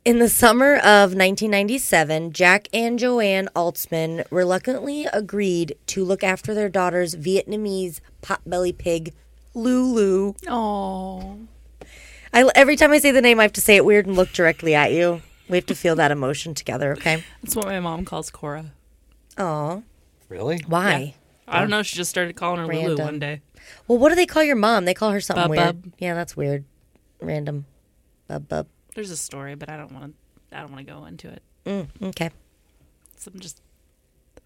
Speaker 1: In the summer of 1997, Jack and Joanne Altsman reluctantly agreed to look after their daughter's Vietnamese potbelly pig, Lulu.
Speaker 2: Oh,
Speaker 1: I, every time I say the name, I have to say it weird and look directly at you. We have to feel that emotion together, okay?
Speaker 2: that's what my mom calls Cora.
Speaker 1: Oh,
Speaker 3: Really?
Speaker 1: why?
Speaker 2: I don't know. She just started calling her Lulu
Speaker 1: Random.
Speaker 2: one day.
Speaker 1: Well, what do they call your mom? They call her something
Speaker 2: Bub
Speaker 1: weird.
Speaker 2: bub.
Speaker 1: Yeah, that's weird. Random. Bub bub.
Speaker 2: There's a story, but I don't want to. I don't want to go into it.
Speaker 1: Mm, okay.
Speaker 2: So I'm just,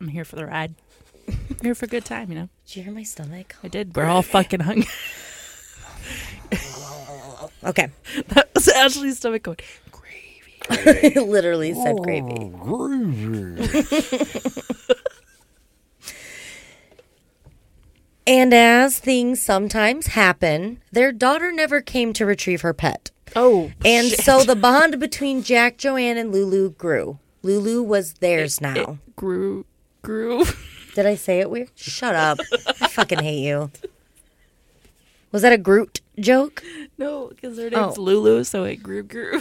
Speaker 2: I'm here for the ride. <laughs> I'm here for a good time, you know.
Speaker 1: Did you hear my stomach?
Speaker 2: I did. We're all fucking hungry.
Speaker 1: Okay. <laughs>
Speaker 2: that was Ashley's stomach going gravy.
Speaker 1: Literally said gravy. <laughs> and as things sometimes happen, their daughter never came to retrieve her pet.
Speaker 2: Oh,
Speaker 1: And so the bond between Jack, Joanne, and Lulu grew. Lulu was theirs now.
Speaker 2: grew, grew.
Speaker 1: Did I say it weird? Shut up. I fucking hate you. Was that a Groot joke?
Speaker 2: <laughs> No, because her name's
Speaker 1: Oh.
Speaker 2: Lulu, so it grew, grew.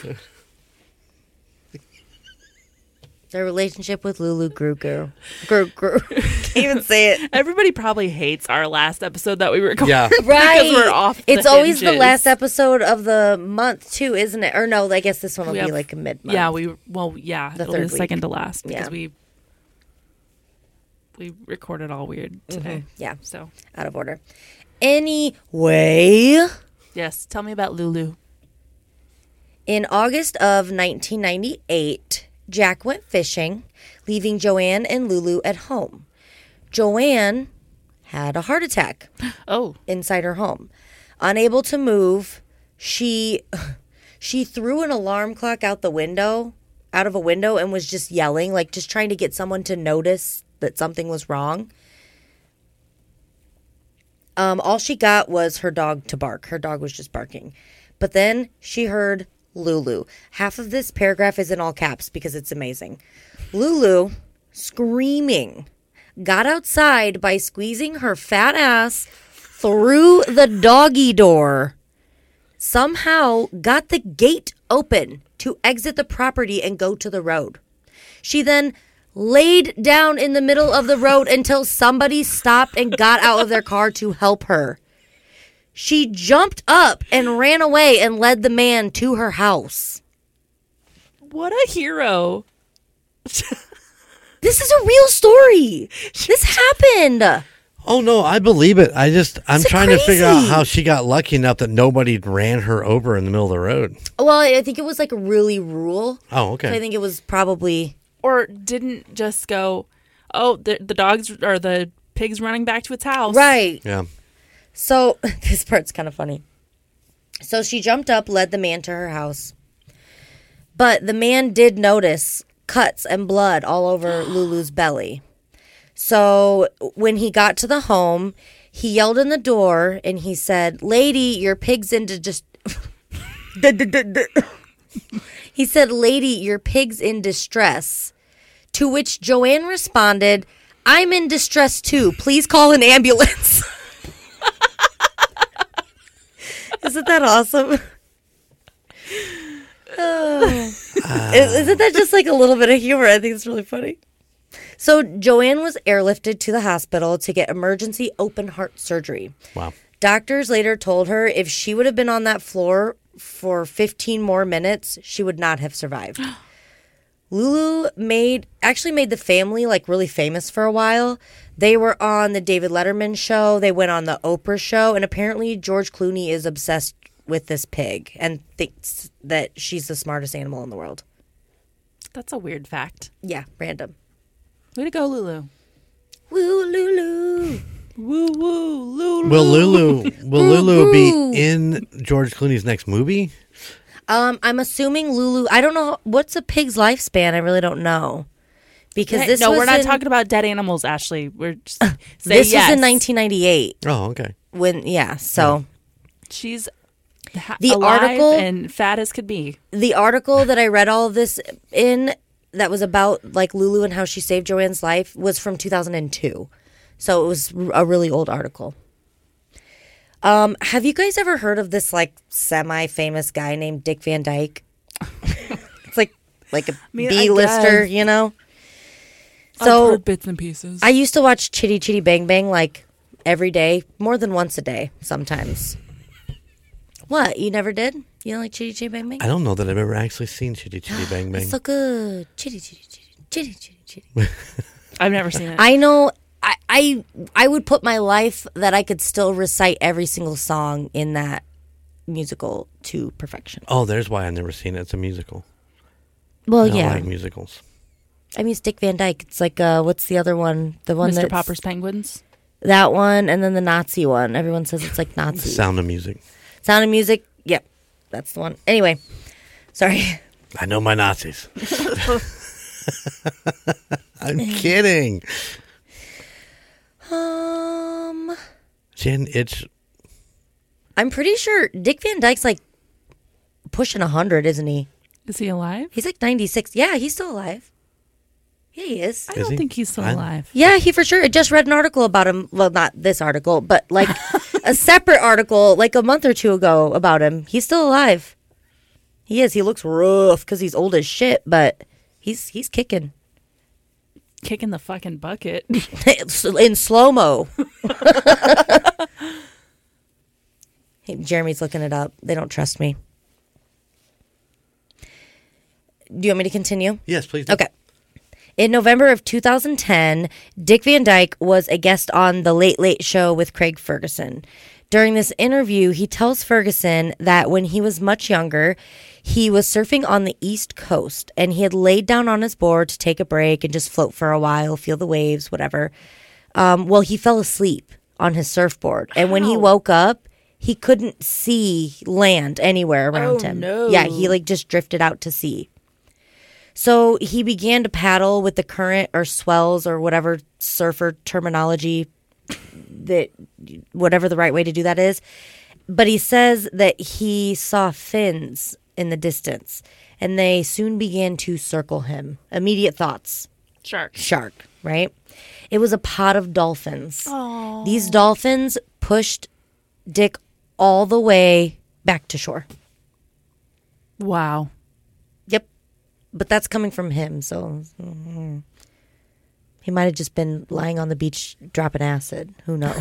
Speaker 1: <laughs> Their relationship with Lulu grew, grew. Grew,
Speaker 2: <laughs>
Speaker 1: grew. Can't even say it.
Speaker 2: Everybody probably hates our last episode that we recorded.
Speaker 3: Yeah.
Speaker 1: Right.
Speaker 2: <laughs> Because we're off.
Speaker 1: it's
Speaker 2: the
Speaker 1: always the
Speaker 2: hinges.
Speaker 1: last episode of the month, too, isn't it? Or no, I guess this one will
Speaker 2: We
Speaker 1: be
Speaker 2: have-
Speaker 1: like mid month.
Speaker 2: Yeah, we well, yeah, it'll be
Speaker 1: third
Speaker 2: the
Speaker 1: week.
Speaker 2: second to last because
Speaker 1: Yeah.
Speaker 2: we we recorded all weird
Speaker 1: Mm-hmm.
Speaker 2: today.
Speaker 1: Yeah.
Speaker 2: So
Speaker 1: Out of order. Anyway.
Speaker 2: yes, tell me about Lulu.
Speaker 1: In August of 1998, Jack went fishing, leaving Joanne and Lulu at home. Joanne had a heart attack
Speaker 2: Oh,
Speaker 1: inside her home. Unable to move, she <laughs> she threw an alarm clock out the window, out of a window and was just yelling, like just trying to get someone to notice that something was wrong. Um, all she got was her dog to bark. Her dog was just barking. But then she heard Lulu. Half of this paragraph is in all caps because it's amazing. Lulu screaming got outside by squeezing her fat ass through the doggy door. Somehow got the gate open to exit the property and go to the road. She then laid down in the middle of the road until somebody stopped and got out of their car to help her. She jumped up and ran away and led the man to her house.
Speaker 2: what a hero!
Speaker 1: This is a real story. This happened.
Speaker 3: Oh no, I believe it. I just I'm
Speaker 1: So
Speaker 3: trying to figure out
Speaker 1: crazy.
Speaker 3: how she got lucky enough that nobody ran her over in the middle of the road.
Speaker 1: Well, I think it was like really rural.
Speaker 3: Oh,
Speaker 1: So I
Speaker 3: okay.
Speaker 1: think it was probably
Speaker 2: Or didn't just go. Oh, the the dogs or the pigs running back to its house.
Speaker 1: right.
Speaker 3: Yeah.
Speaker 1: So <laughs> this part's kind of funny. So she jumped up, led the man to her house. But the man did notice cuts and blood all over Lulu's belly. So when he got to the home, he yelled in the door and he said, "Lady, your pig's into just." <laughs> he said, "Lady, your pig's in distress." To which Joanne responded, "I'm in distress too. Please call an ambulance." <laughs> Isn't that awesome? <laughs> Oh. Is- Isn't that just like a little bit of humor? I think it's really funny. So, Joanne was airlifted to the hospital to get emergency open heart surgery.
Speaker 3: Wow.
Speaker 1: Doctors later told her if she would have been on that floor for 15 more minutes, she would not have
Speaker 2: <gasps>
Speaker 1: survived. Lulu made actually made the family like really famous for a while. They were on the David Letterman show, they went on the Oprah show, and apparently George Clooney is obsessed with this pig and thinks that she's the smartest animal in the world.
Speaker 2: That's a weird fact.
Speaker 1: Yeah, random.
Speaker 2: Way to go, Lulu.
Speaker 1: Woo Lulu.
Speaker 2: Woo woo, Lulu.
Speaker 3: Will Lulu will Lulu be in George Clooney's next movie?
Speaker 1: Um, I'm assuming Lulu. I don't know what's a pig's lifespan. I really don't know because
Speaker 2: Hey,
Speaker 1: this
Speaker 2: no,
Speaker 1: was
Speaker 2: we're not
Speaker 1: in-
Speaker 2: talking about dead animals, Ashley. We're
Speaker 1: <laughs>
Speaker 2: just say
Speaker 1: This
Speaker 2: yes.
Speaker 1: was in 1998
Speaker 3: Oh, okay.
Speaker 1: when yeah. So
Speaker 2: She's ha-
Speaker 1: The
Speaker 2: alive
Speaker 1: article-
Speaker 2: and fat as could be.
Speaker 1: the article that I read all of this in that was about like Lulu and how she saved Joanne's life was from 2002. So it was r- a really old article. Um, have you guys ever heard of this like semi-famous guy named Dick Van Dyke? <laughs> it's like like a
Speaker 2: mean, I
Speaker 1: lister,
Speaker 2: guess.
Speaker 1: you know. So
Speaker 2: bits and pieces.
Speaker 1: I used to watch Chitty Chitty Bang Bang like every day, more than once a day sometimes. What? You never did? You don't like Chitty Chitty Bang Bang?
Speaker 3: I don't know that I've ever actually seen
Speaker 1: <gasps>
Speaker 3: Chitty Chitty Bang Bang.
Speaker 1: It's so good. Chitty Chitty Chitty Chitty Chitty Chitty.
Speaker 2: I've never seen it.
Speaker 1: I know. I, I I would put my life that I could still recite every single song in that musical to perfection.
Speaker 3: oh, there's why I've never seen it. It's a musical.
Speaker 1: Well,
Speaker 3: I don't
Speaker 1: yeah.
Speaker 3: like musicals.
Speaker 1: I mean, it's Dick Van Dyke. It's like uh, what's the other one? The one
Speaker 2: Mr.
Speaker 1: that's
Speaker 2: Popper's Penguins.
Speaker 1: that one, and then the Nazi one. Everyone says it's like Nazi.
Speaker 3: Sound of Music.
Speaker 1: Sound of Music. Yep, that's the one. Anyway, sorry. <laughs>
Speaker 3: I know my Nazis. <laughs> I'm kidding.
Speaker 1: Um,
Speaker 3: Jen, it's
Speaker 1: I'm pretty sure Dick Van Dyke's like pushing hundred, isn't he?
Speaker 2: Is he alive?
Speaker 1: He's like 96. Yeah, he's still alive. Yeah, he is.
Speaker 2: I
Speaker 3: Is
Speaker 2: don't
Speaker 3: he?
Speaker 2: think he's still
Speaker 3: I-
Speaker 2: alive.
Speaker 1: Yeah, he for sure. I just read an article about him. Well, not this article, but like a separate article like a month or two ago about him. He's still alive. He is. He looks rough because he's old as shit, but he's he's kicking
Speaker 2: Kicking the fucking bucket. <laughs>
Speaker 1: <laughs> in slow mo. Jeremy's looking it up. They don't trust me. Do you want me to continue?
Speaker 3: yes, please. do.
Speaker 1: Okay. In November of 2010, Dick Van Dyke was a guest on The Late Late Show with Craig Ferguson. During this interview, he tells Ferguson that when he was much younger, he was surfing on the East Coast and he had laid down on his board to take a break and just float for a while, feel the waves, whatever. Um, well, he fell asleep on his surfboard. And when he woke up, he couldn't see land anywhere around
Speaker 2: Oh,
Speaker 1: him.
Speaker 2: no.
Speaker 1: Yeah, he like just drifted out to sea. So he began to paddle with the current or swells or whatever surfer terminology that whatever the right way to do that is. But he says that he saw fins in the distance and they soon began to circle him. Immediate thoughts
Speaker 2: Shark.
Speaker 1: shark, right? It was a pod of dolphins. These dolphins pushed Dick all the way back to shore.
Speaker 2: Wow.
Speaker 1: Yep. But that's coming from him, so mm. he might have just been lying on the beach dropping acid. Who
Speaker 3: <laughs>
Speaker 1: knows?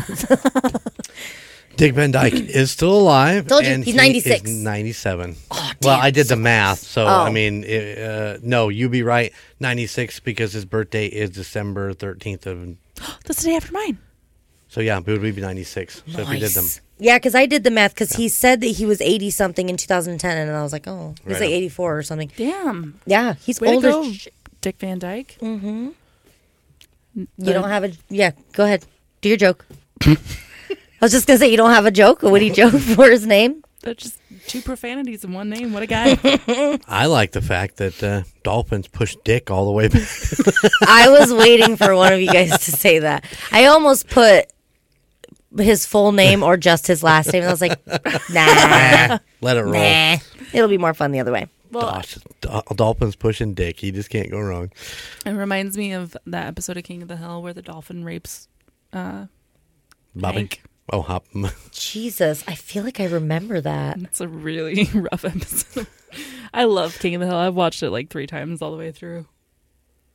Speaker 3: Dick
Speaker 1: <clears throat>
Speaker 3: Van Dyke is still alive.
Speaker 1: Told you,
Speaker 3: and
Speaker 1: he's
Speaker 3: he
Speaker 1: 96.
Speaker 3: is 97. well, I did the math, so I
Speaker 1: Oh.
Speaker 3: mean, it, uh, no, you'd be right. 96 because his birthday is December 13th of.
Speaker 2: That's the day after mine.
Speaker 3: So yeah, it would be 96. So if you did them,
Speaker 1: Nice. Yeah, because I did the math because he said that he was 80 something in 2010, and I was like, oh, he's
Speaker 3: Right
Speaker 1: like
Speaker 3: on.
Speaker 1: 84 or something.
Speaker 2: Damn.
Speaker 1: Yeah, he's
Speaker 2: Way
Speaker 1: older. Mm.
Speaker 2: to go, Dick Van Dyke. Mm-hmm.
Speaker 1: You don't have a. Yeah, go ahead. Do your
Speaker 2: <laughs>
Speaker 1: joke. I was just going to say, you don't have a joke? What do
Speaker 3: <laughs>
Speaker 1: you joke for his name?
Speaker 2: That's just two profanities in one name. What
Speaker 1: <laughs>
Speaker 2: a guy.
Speaker 3: I like the fact that uh, dolphins push Dick all the way <laughs> back.
Speaker 1: I was waiting for one of you guys to say that. I almost put his full name or just his last name. And I was like,
Speaker 3: <laughs>
Speaker 1: nah,
Speaker 3: Let it roll.
Speaker 1: nah. It'll be more fun the other way.
Speaker 2: well,
Speaker 3: Gosh, do- dolphins pushing Dick. You just can't go wrong.
Speaker 2: it reminds me of that episode of King of the Hill where the dolphin rapes.
Speaker 3: Bobby.
Speaker 2: Hank.
Speaker 3: Oh, hop. <laughs>
Speaker 1: Jesus, I feel like I remember that.
Speaker 2: It's a really <laughs> rough episode. I love King of the Hill. I've watched it like three times all the way through.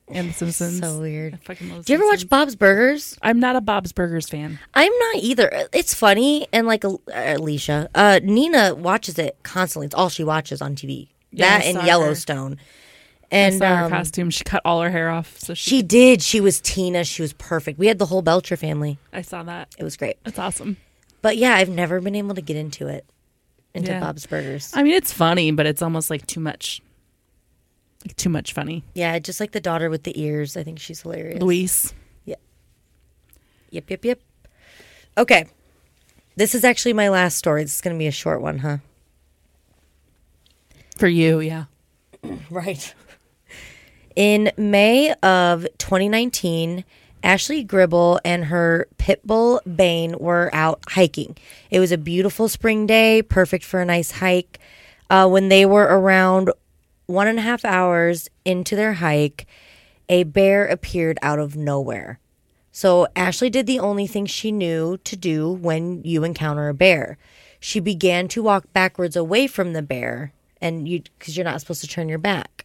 Speaker 2: And The Simpsons.
Speaker 1: So weird.
Speaker 2: I fucking love
Speaker 1: Do you ever watch
Speaker 2: Simpsons.
Speaker 1: Bob's Burgers?
Speaker 2: I'm not a Bob's Burgers fan.
Speaker 1: I'm not either. It's funny, and like uh, Alicia, uh, Nina watches it constantly. It's all she watches on TV.
Speaker 2: Yeah, I
Speaker 1: that
Speaker 2: saw
Speaker 1: and
Speaker 2: her.
Speaker 1: Yellowstone.
Speaker 2: I
Speaker 1: And
Speaker 2: saw her
Speaker 1: um,
Speaker 2: costume. She cut all her hair off. So she,
Speaker 1: she did. She was Tina. She was perfect. We had the whole Belcher family.
Speaker 2: I saw that.
Speaker 1: It was great.
Speaker 2: That's awesome.
Speaker 1: But yeah, I've never been able to get into it, into
Speaker 2: Yeah.
Speaker 1: Bob's Burgers.
Speaker 2: I mean, it's funny, but it's almost like too much. Like too much funny.
Speaker 1: yeah, just like the daughter with the ears. I think she's hilarious.
Speaker 2: Luis.
Speaker 1: Yep, yep, yep. Okay. This is actually my last story. This is going to be a short one, huh?
Speaker 2: For you, yeah.
Speaker 1: Right. In May of 2019, Ashley Gribble and her pit bull Bane were out hiking. It was a beautiful spring day, perfect for a nice hike. Uh, when they were around one and a half hours into their hike, a bear appeared out of nowhere. So Ashley did the only thing she knew to do when you encounter a bear. She began to walk backwards away from the bear, and you because you're not supposed to turn your back.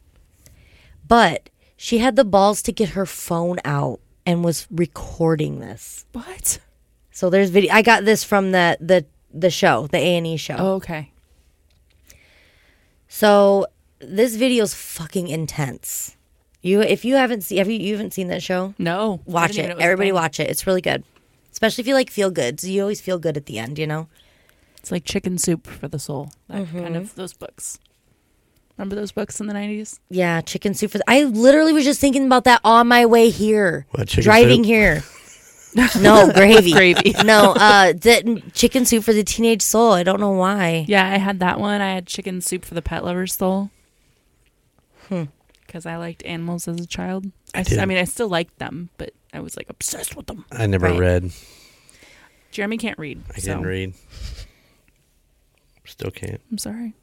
Speaker 1: But she had the balls to get her phone out and was recording this.
Speaker 2: What?
Speaker 1: So there's video. I got this from the the the show, the A and E show.
Speaker 2: Oh, okay.
Speaker 1: So this video's fucking intense. You if you haven't seen have you you haven't seen that show?
Speaker 2: No. I
Speaker 1: Watch
Speaker 2: didn't even
Speaker 1: it.
Speaker 2: know was a
Speaker 1: Everybody
Speaker 2: thing.
Speaker 1: watch it. It's really good. Especially if you like feel good. So you always feel good at the end, you know?
Speaker 2: It's like chicken soup for the soul. That kind of those books. Remember those books in the 90s?
Speaker 1: Yeah, chicken soup for. I literally was just thinking about that on my way here,
Speaker 3: What, chicken
Speaker 1: driving
Speaker 3: soup?
Speaker 1: here.
Speaker 2: <laughs>
Speaker 1: no gravy,
Speaker 2: Gravy.
Speaker 1: no, uh, the, chicken soup for the teenage soul. I don't know why.
Speaker 2: Yeah, I had that one. I had chicken soup for the pet lover's soul. Because I liked animals as a child. I, s- I
Speaker 3: did.
Speaker 2: mean, I still liked them, but I was like obsessed with them.
Speaker 3: I never
Speaker 1: Right.
Speaker 3: read.
Speaker 2: Jeremy can't read.
Speaker 3: I
Speaker 2: so
Speaker 3: didn't read. Still can't.
Speaker 2: I'm sorry.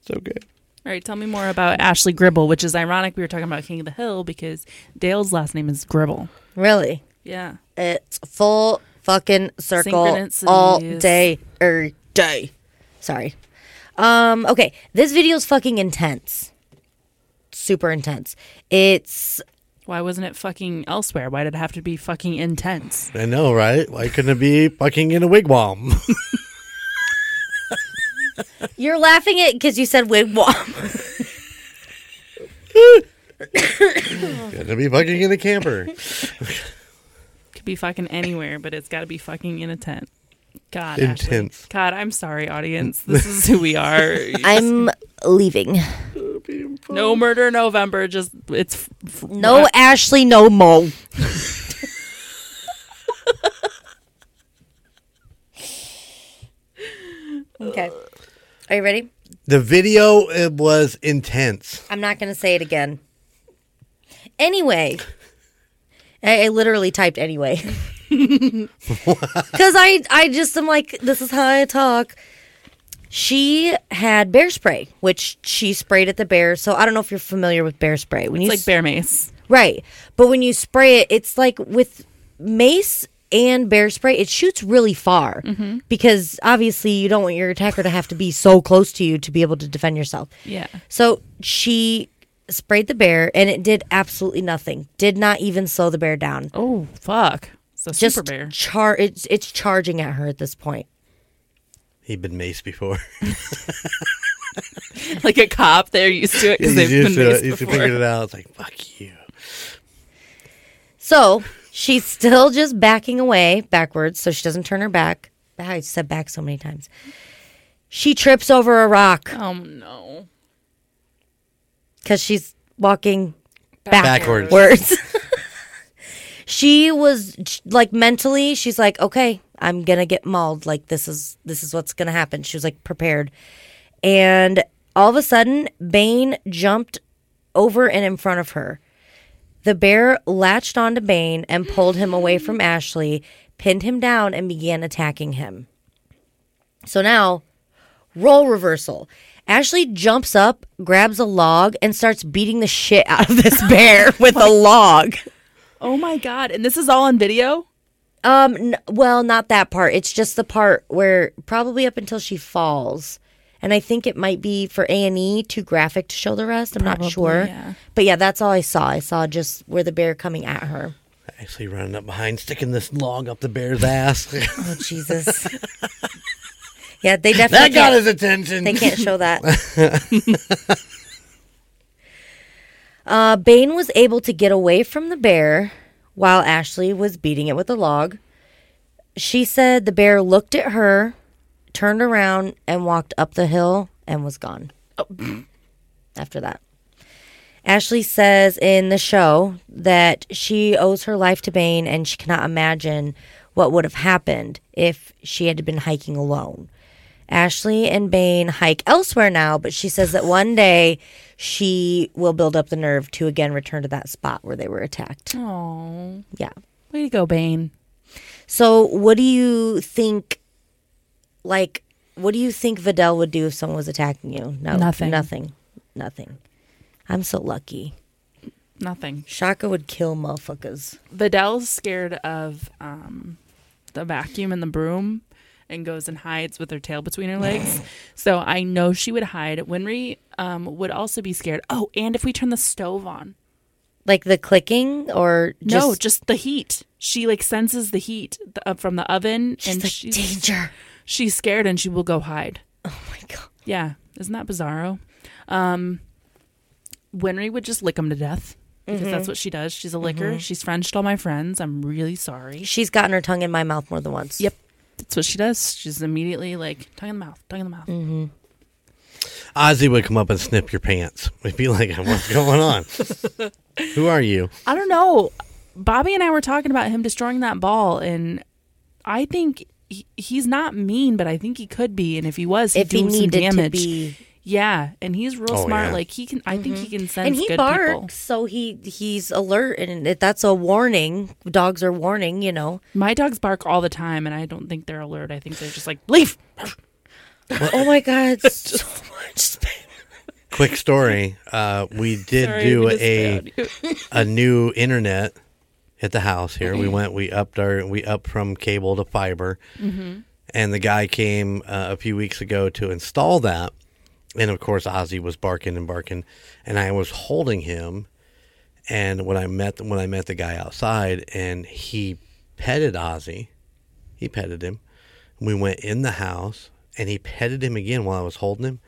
Speaker 3: It's okay.
Speaker 2: All right, tell me more about Ashley Gribble, which is ironic. We were talking about King of the Hill because Dale's last name is Gribble.
Speaker 1: Really,
Speaker 2: Yeah.
Speaker 1: it's full fucking circle all
Speaker 2: Synchronicities.
Speaker 1: day er day. Sorry. Um. Okay, this video's fucking intense. Super intense. It's
Speaker 2: Why wasn't it fucking elsewhere? Why did it have to be fucking intense?
Speaker 3: I know, right? Why couldn't it be fucking in a wigwam? <laughs>
Speaker 1: you're laughing at because you said
Speaker 2: <laughs>
Speaker 1: wigwam.
Speaker 3: Couldn't it be fucking in a
Speaker 2: <laughs>
Speaker 3: camper?
Speaker 2: Could be fucking anywhere, but it's got to be fucking in a tent. God,
Speaker 3: Intense.
Speaker 2: Ashley. God, I'm sorry, audience. This is who we <laughs> are.
Speaker 1: I'm leaving.
Speaker 2: no murder November. Just it's f- f-
Speaker 1: No Ashley, no Mo. <laughs> okay. Are you ready?
Speaker 3: The video it was intense.
Speaker 1: I'm not going to say it again. Anyway, I, I literally typed <laughs> anyway. Because I, I just am like, this is how I talk. She had bear spray, which she sprayed at the bears. So I don't know if you're familiar with bear spray. When
Speaker 2: it's
Speaker 1: you
Speaker 2: like bear mace.
Speaker 1: Right. But when you spray it, it's like with mace and bear spray, it shoots really far
Speaker 2: Mm-hmm.
Speaker 1: because obviously you don't want your attacker to have to be so close to you to be able to defend yourself.
Speaker 2: Yeah.
Speaker 1: So she sprayed the bear and it did absolutely nothing, did not even slow the bear down.
Speaker 2: Oh fuck. It's a
Speaker 1: Just
Speaker 2: super bear.
Speaker 1: char it's it's charging at her at this point.
Speaker 3: He'd been maced
Speaker 2: <laughs>
Speaker 3: before.
Speaker 2: Like a cop, they're used to it because
Speaker 3: he's
Speaker 2: they've
Speaker 3: used
Speaker 2: been
Speaker 3: to it.
Speaker 2: maced
Speaker 3: He's
Speaker 2: before.
Speaker 3: figured it out. It's like, fuck you.
Speaker 1: So she's still just backing away backwards so she doesn't turn her back. I said back so many times. She trips over a rock.
Speaker 2: Oh no.
Speaker 1: because she's walking
Speaker 3: Backwards.
Speaker 1: backwards. <laughs> she was j- like mentally, she's like, okay, I'm gonna get mauled. Like this is this is what's gonna happen. She was like prepared, and all of a sudden, Bane jumped over and in front of her. The bear latched onto Bane and pulled him away from Ashley, pinned him down, and began attacking him. So now role reversal. Ashley jumps up, grabs a log, and starts beating the shit out of <laughs> this bear with a log.
Speaker 2: Oh my god. And this is all on video.
Speaker 1: Um, n- well, not that part. It's just the part where probably up until she falls, and I think it might be for A and E too graphic to show the rest. I'm
Speaker 2: Probably,
Speaker 1: not sure,
Speaker 2: yeah.
Speaker 1: but yeah, that's all I saw. I saw just where the bear coming at her.
Speaker 3: Actually running up behind, sticking this log up the
Speaker 2: <laughs>
Speaker 3: bear's ass.
Speaker 1: Oh <laughs> Jesus! yeah, they definitely
Speaker 3: that got
Speaker 1: can't-
Speaker 3: his attention.
Speaker 1: They can't show that. <laughs> uh, Bane was able to get away from the bear while Ashley was beating it with a log. She said the bear looked at her, turned around, and walked up the hill and was gone. After that. Ashley says in the show that she owes her life to Bane and she cannot imagine what would have happened if she had been hiking alone. Ashley and Bane hike elsewhere now, but she says that one day she will build up the nerve to again return to that spot where they were attacked.
Speaker 2: Oh.
Speaker 1: Yeah.
Speaker 2: Way to go, Bane.
Speaker 1: So, what do you think? Like, what do you think Vidal would do if someone was attacking you? No,
Speaker 2: Nothing.
Speaker 1: Nothing. Nothing. I'm so lucky.
Speaker 2: Nothing.
Speaker 1: Shaka would kill motherfuckers.
Speaker 2: Vidal's scared of um, the vacuum and the broom and goes and hides with her tail between her legs. so I know she would hide. Winry um, would also be scared. Oh, and if we turn the stove on.
Speaker 1: Like the clicking or just,
Speaker 2: no, just the heat. She like senses the heat th- uh, from the oven
Speaker 1: she's
Speaker 2: and
Speaker 1: like,
Speaker 2: she's, <laughs>
Speaker 1: danger.
Speaker 2: she's scared and she will go hide.
Speaker 1: Oh my god.
Speaker 2: Yeah, isn't that bizarro? Um, Winry would just lick them to death because
Speaker 1: Mm-hmm.
Speaker 2: that's what she does. She's a licker. She's Frenched all my friends. I'm really sorry.
Speaker 1: She's gotten her tongue in my mouth more than once. Mm.
Speaker 2: Yep. That's what she does. She's immediately like tongue in the mouth, tongue in the mouth.
Speaker 3: Ozzy would come up and snip your pants. We'd be like, "What's going
Speaker 2: <laughs>
Speaker 3: on? Who are you?"
Speaker 2: I don't know. Bobby and I were talking about him destroying that ball, and I think he, he's not mean, but I think he could be. And if he was, he'd
Speaker 1: if he
Speaker 2: do some
Speaker 1: needed to
Speaker 2: damage.
Speaker 1: be. Mm-hmm.
Speaker 2: Yeah, and he's real
Speaker 3: Oh,
Speaker 2: smart.
Speaker 3: yeah.
Speaker 2: Like he can, I think he can sense.
Speaker 1: And he
Speaker 2: good
Speaker 1: barks,
Speaker 2: people.
Speaker 1: so he he's alert, and if that's a warning. Dogs are warning, you know.
Speaker 2: My dogs bark all the time, and I don't think they're alert. I think they're just like leave.
Speaker 1: Oh my
Speaker 2: <laughs>
Speaker 1: god, so much space.
Speaker 3: Quick story: uh, We did
Speaker 2: Sorry,
Speaker 3: do
Speaker 2: we just
Speaker 3: a
Speaker 2: found you.
Speaker 3: a new internet at the house here. We went, we upped our, we upped from cable to fiber, and the guy came uh, a few weeks ago to install that, and of course Ozzy was barking and barking, and I was holding him, and when I met when I met the guy outside, and he petted Ozzy, he petted him. We went in the house, and he petted him again while I was holding him.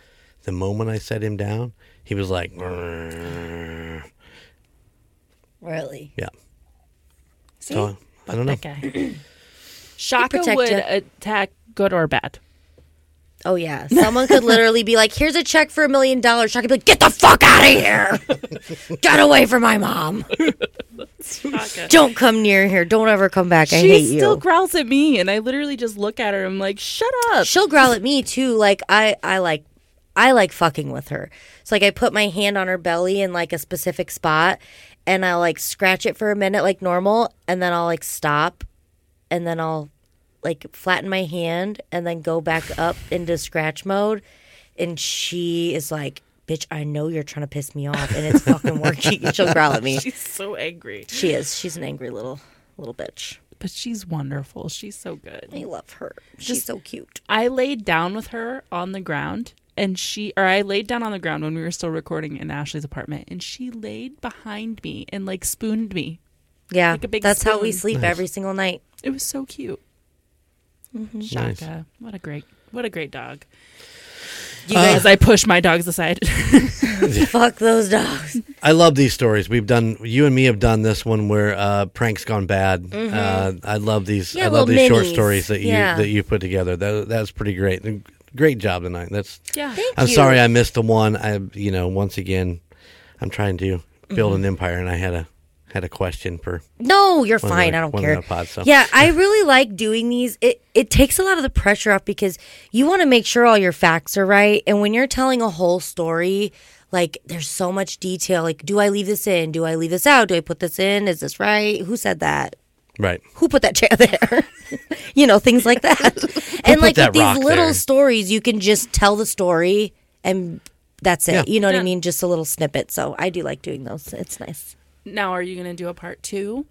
Speaker 3: The moment I set him down, he was like. "Grrr."
Speaker 1: Really?
Speaker 3: Yeah.
Speaker 2: See?
Speaker 3: So, I don't know.
Speaker 2: That guy. Shaka
Speaker 1: protect
Speaker 2: would
Speaker 1: ya.
Speaker 2: attack, good or bad.
Speaker 1: Oh yeah. Someone could literally be like, "Here's a check for a million dollars." I could be like, "Get the fuck out of here!
Speaker 2: <laughs>
Speaker 1: Get away from my mom! Don't come near here! Don't ever come back! I hate
Speaker 2: She
Speaker 1: you."
Speaker 2: still growls at me, and I literally just look at her. and I'm like, shut up.
Speaker 1: she'll growl at me too. Like I, I like, I like fucking with her. So like I put my hand on her belly in like a specific spot, and I'll like scratch it for a minute like normal, and then I'll like stop, and then I'll like flatten my hand and then go back up into scratch mode, and she is like. Bitch, I know you're trying to piss me off, and it's fucking working. <laughs> She'll growl at me.
Speaker 2: <laughs> She's so angry,
Speaker 1: She is. She's an angry little little bitch.
Speaker 2: but she's wonderful. She's so good.
Speaker 1: I love her. She's so cute.
Speaker 2: I laid down with her on the ground and she or I laid down on the ground when we were still recording in Ashley's apartment and she laid behind me and like spooned me.
Speaker 1: Yeah,
Speaker 2: Like a big
Speaker 1: that's how we
Speaker 2: spoon.
Speaker 1: sleep every single night.
Speaker 2: It was so cute.
Speaker 1: Mm-hmm.
Speaker 2: Shaka. What a great what a great dog.
Speaker 1: You guys
Speaker 2: As I push my dogs aside. <laughs>
Speaker 1: Fuck those dogs.
Speaker 3: I love these stories. We've done you and me have done this one where uh, pranks gone bad. Uh, I love these.
Speaker 1: Mm-hmm. Yeah,
Speaker 3: I love
Speaker 1: little
Speaker 3: these short
Speaker 1: minis.
Speaker 3: stories that you
Speaker 1: Yeah.
Speaker 3: that you put together. That that's pretty great. Great job tonight. That's.
Speaker 2: yeah.
Speaker 1: Thank
Speaker 3: I'm
Speaker 1: you.
Speaker 3: sorry I missed the one. I you know once again, I'm trying to build
Speaker 1: Mm-hmm.
Speaker 3: an empire and I had a had a question for.
Speaker 1: No, you're
Speaker 3: of
Speaker 1: fine.
Speaker 3: the-
Speaker 1: I don't
Speaker 3: one of
Speaker 1: care.
Speaker 3: the pods, so.
Speaker 1: Yeah,
Speaker 3: <laughs>
Speaker 1: I really like doing these. It it takes a lot of the pressure off because you want to make sure all your facts are right. And when you're telling a whole story, like there's so much detail. Like, do I leave this in? Do I leave this out? Do I put this in? Is this right? Who said that?
Speaker 3: Right.
Speaker 1: who put that chair <laughs> there? you know, things like that. and like
Speaker 3: that
Speaker 1: with these
Speaker 3: rock
Speaker 1: little
Speaker 3: there?
Speaker 1: stories, you can just tell the story and that's it.
Speaker 3: Yeah.
Speaker 1: You know what
Speaker 2: Yeah.
Speaker 1: I mean? Just a little snippet. So I do like doing those. It's nice.
Speaker 2: Now are you gonna do a part two?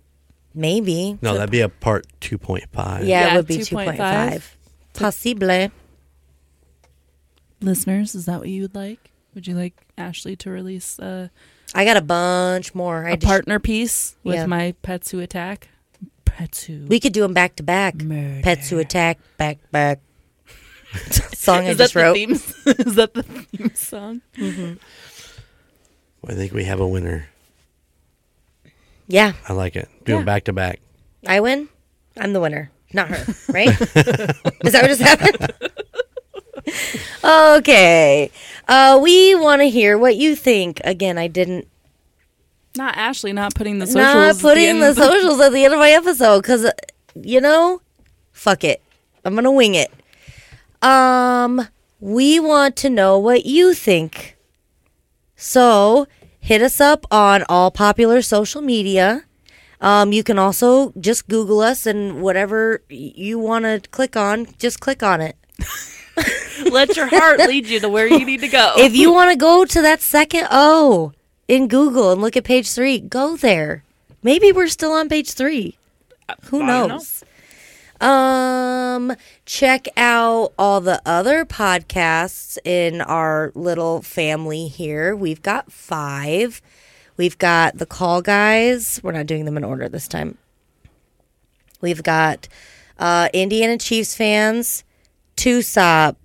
Speaker 1: Maybe.
Speaker 3: No, that'd be a part 2.5.
Speaker 1: Yeah,
Speaker 2: Yeah,
Speaker 1: it would be
Speaker 2: 2.5.
Speaker 1: 2.5. Possible.
Speaker 2: Listeners, is that what you would like? Would you like Ashley to release a,
Speaker 1: I got a bunch more. I
Speaker 2: a
Speaker 1: just-
Speaker 2: partner piece with
Speaker 1: Yeah.
Speaker 2: my pets who attack? Pets who
Speaker 1: we could do them back to back.
Speaker 2: Murder.
Speaker 1: Pets who attack, back,
Speaker 2: <laughs>
Speaker 1: back. Song I
Speaker 2: is that
Speaker 1: just
Speaker 2: the
Speaker 1: wrote.
Speaker 2: theme? <laughs> is that the theme song?
Speaker 3: I think we have a winner.
Speaker 1: Yeah,
Speaker 3: I like it. Do 'em
Speaker 2: Yeah.
Speaker 3: back to back.
Speaker 1: I win. I'm the winner, not her,
Speaker 2: <laughs>
Speaker 1: right? Is that what just happened? <laughs> okay. Uh, we want to hear what you think. Again, I didn't
Speaker 2: Not Ashley not putting the socials.
Speaker 1: not putting
Speaker 2: <laughs>
Speaker 1: the,
Speaker 2: at the end.
Speaker 1: socials at the end of my episode because you know, fuck it. I'm gonna wing it. Um, we want to know what you think. So hit us up on all popular social media. Um, you can also just Google us and whatever y- you want to click on, just click on it.
Speaker 2: Let your heart lead you to where you need to go.
Speaker 1: <laughs> If you want to go to that second O in Google and look at page three, go there. Maybe we're still on page three. Who
Speaker 2: Uh, I don't
Speaker 1: knows? Um, check out all the other podcasts in our little family here. We've got five. We've got the Call Guys. We're not doing them in order this time. We've got uh, Indiana Chiefs fans, Tusop,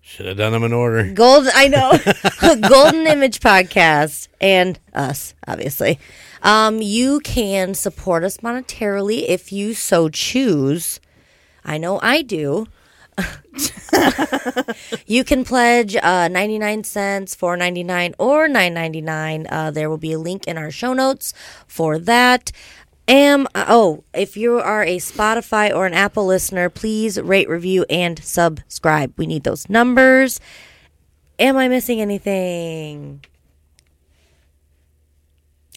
Speaker 3: Should have done them in order.
Speaker 1: Gold, I know, Golden Image Podcast, and us, obviously. Um, you can support us monetarily if you so choose. I know I do. <laughs> You can pledge uh, 99 cents, 4.99 or 9.99. Uh, there will be a link in our show notes for that. Am oh, if you are a Spotify or an Apple listener, please rate, review and subscribe. We need those numbers. Am I missing anything?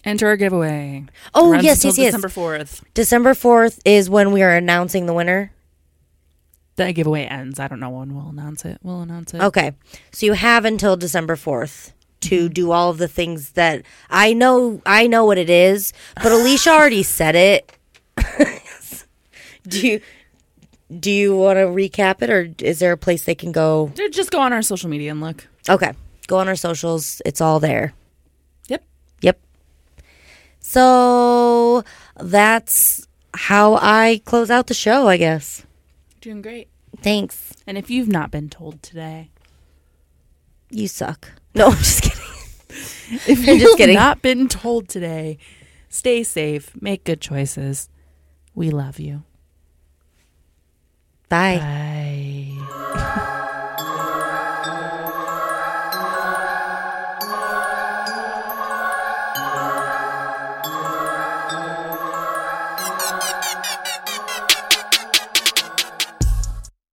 Speaker 2: Enter our giveaway.
Speaker 1: Oh,
Speaker 2: Runs
Speaker 1: yes,
Speaker 2: until
Speaker 1: yes, yes.
Speaker 2: December 4th.
Speaker 1: December 4th is when we are announcing the winner.
Speaker 2: That giveaway ends. I don't know when we'll announce it. We'll announce it.
Speaker 1: Okay. So you have until December 4th to
Speaker 2: Mm-hmm.
Speaker 1: do all of the things that I know I know what it is, but Alicia already said it. <laughs> do you do you want to recap it or is there a place they can go?
Speaker 2: Dude, Just go on our social media and look.
Speaker 1: Okay. Go on our socials. It's all there.
Speaker 2: Yep.
Speaker 1: Yep. So that's how I close out the show, I guess.
Speaker 2: Doing great.
Speaker 1: Thanks.
Speaker 2: And if you've not been told today,
Speaker 1: You suck. No, I'm just kidding. <laughs>
Speaker 2: if
Speaker 1: just
Speaker 2: <laughs> you've
Speaker 1: kidding.
Speaker 2: not been told today, stay safe, make good choices. We love you.
Speaker 1: Bye.
Speaker 2: Bye.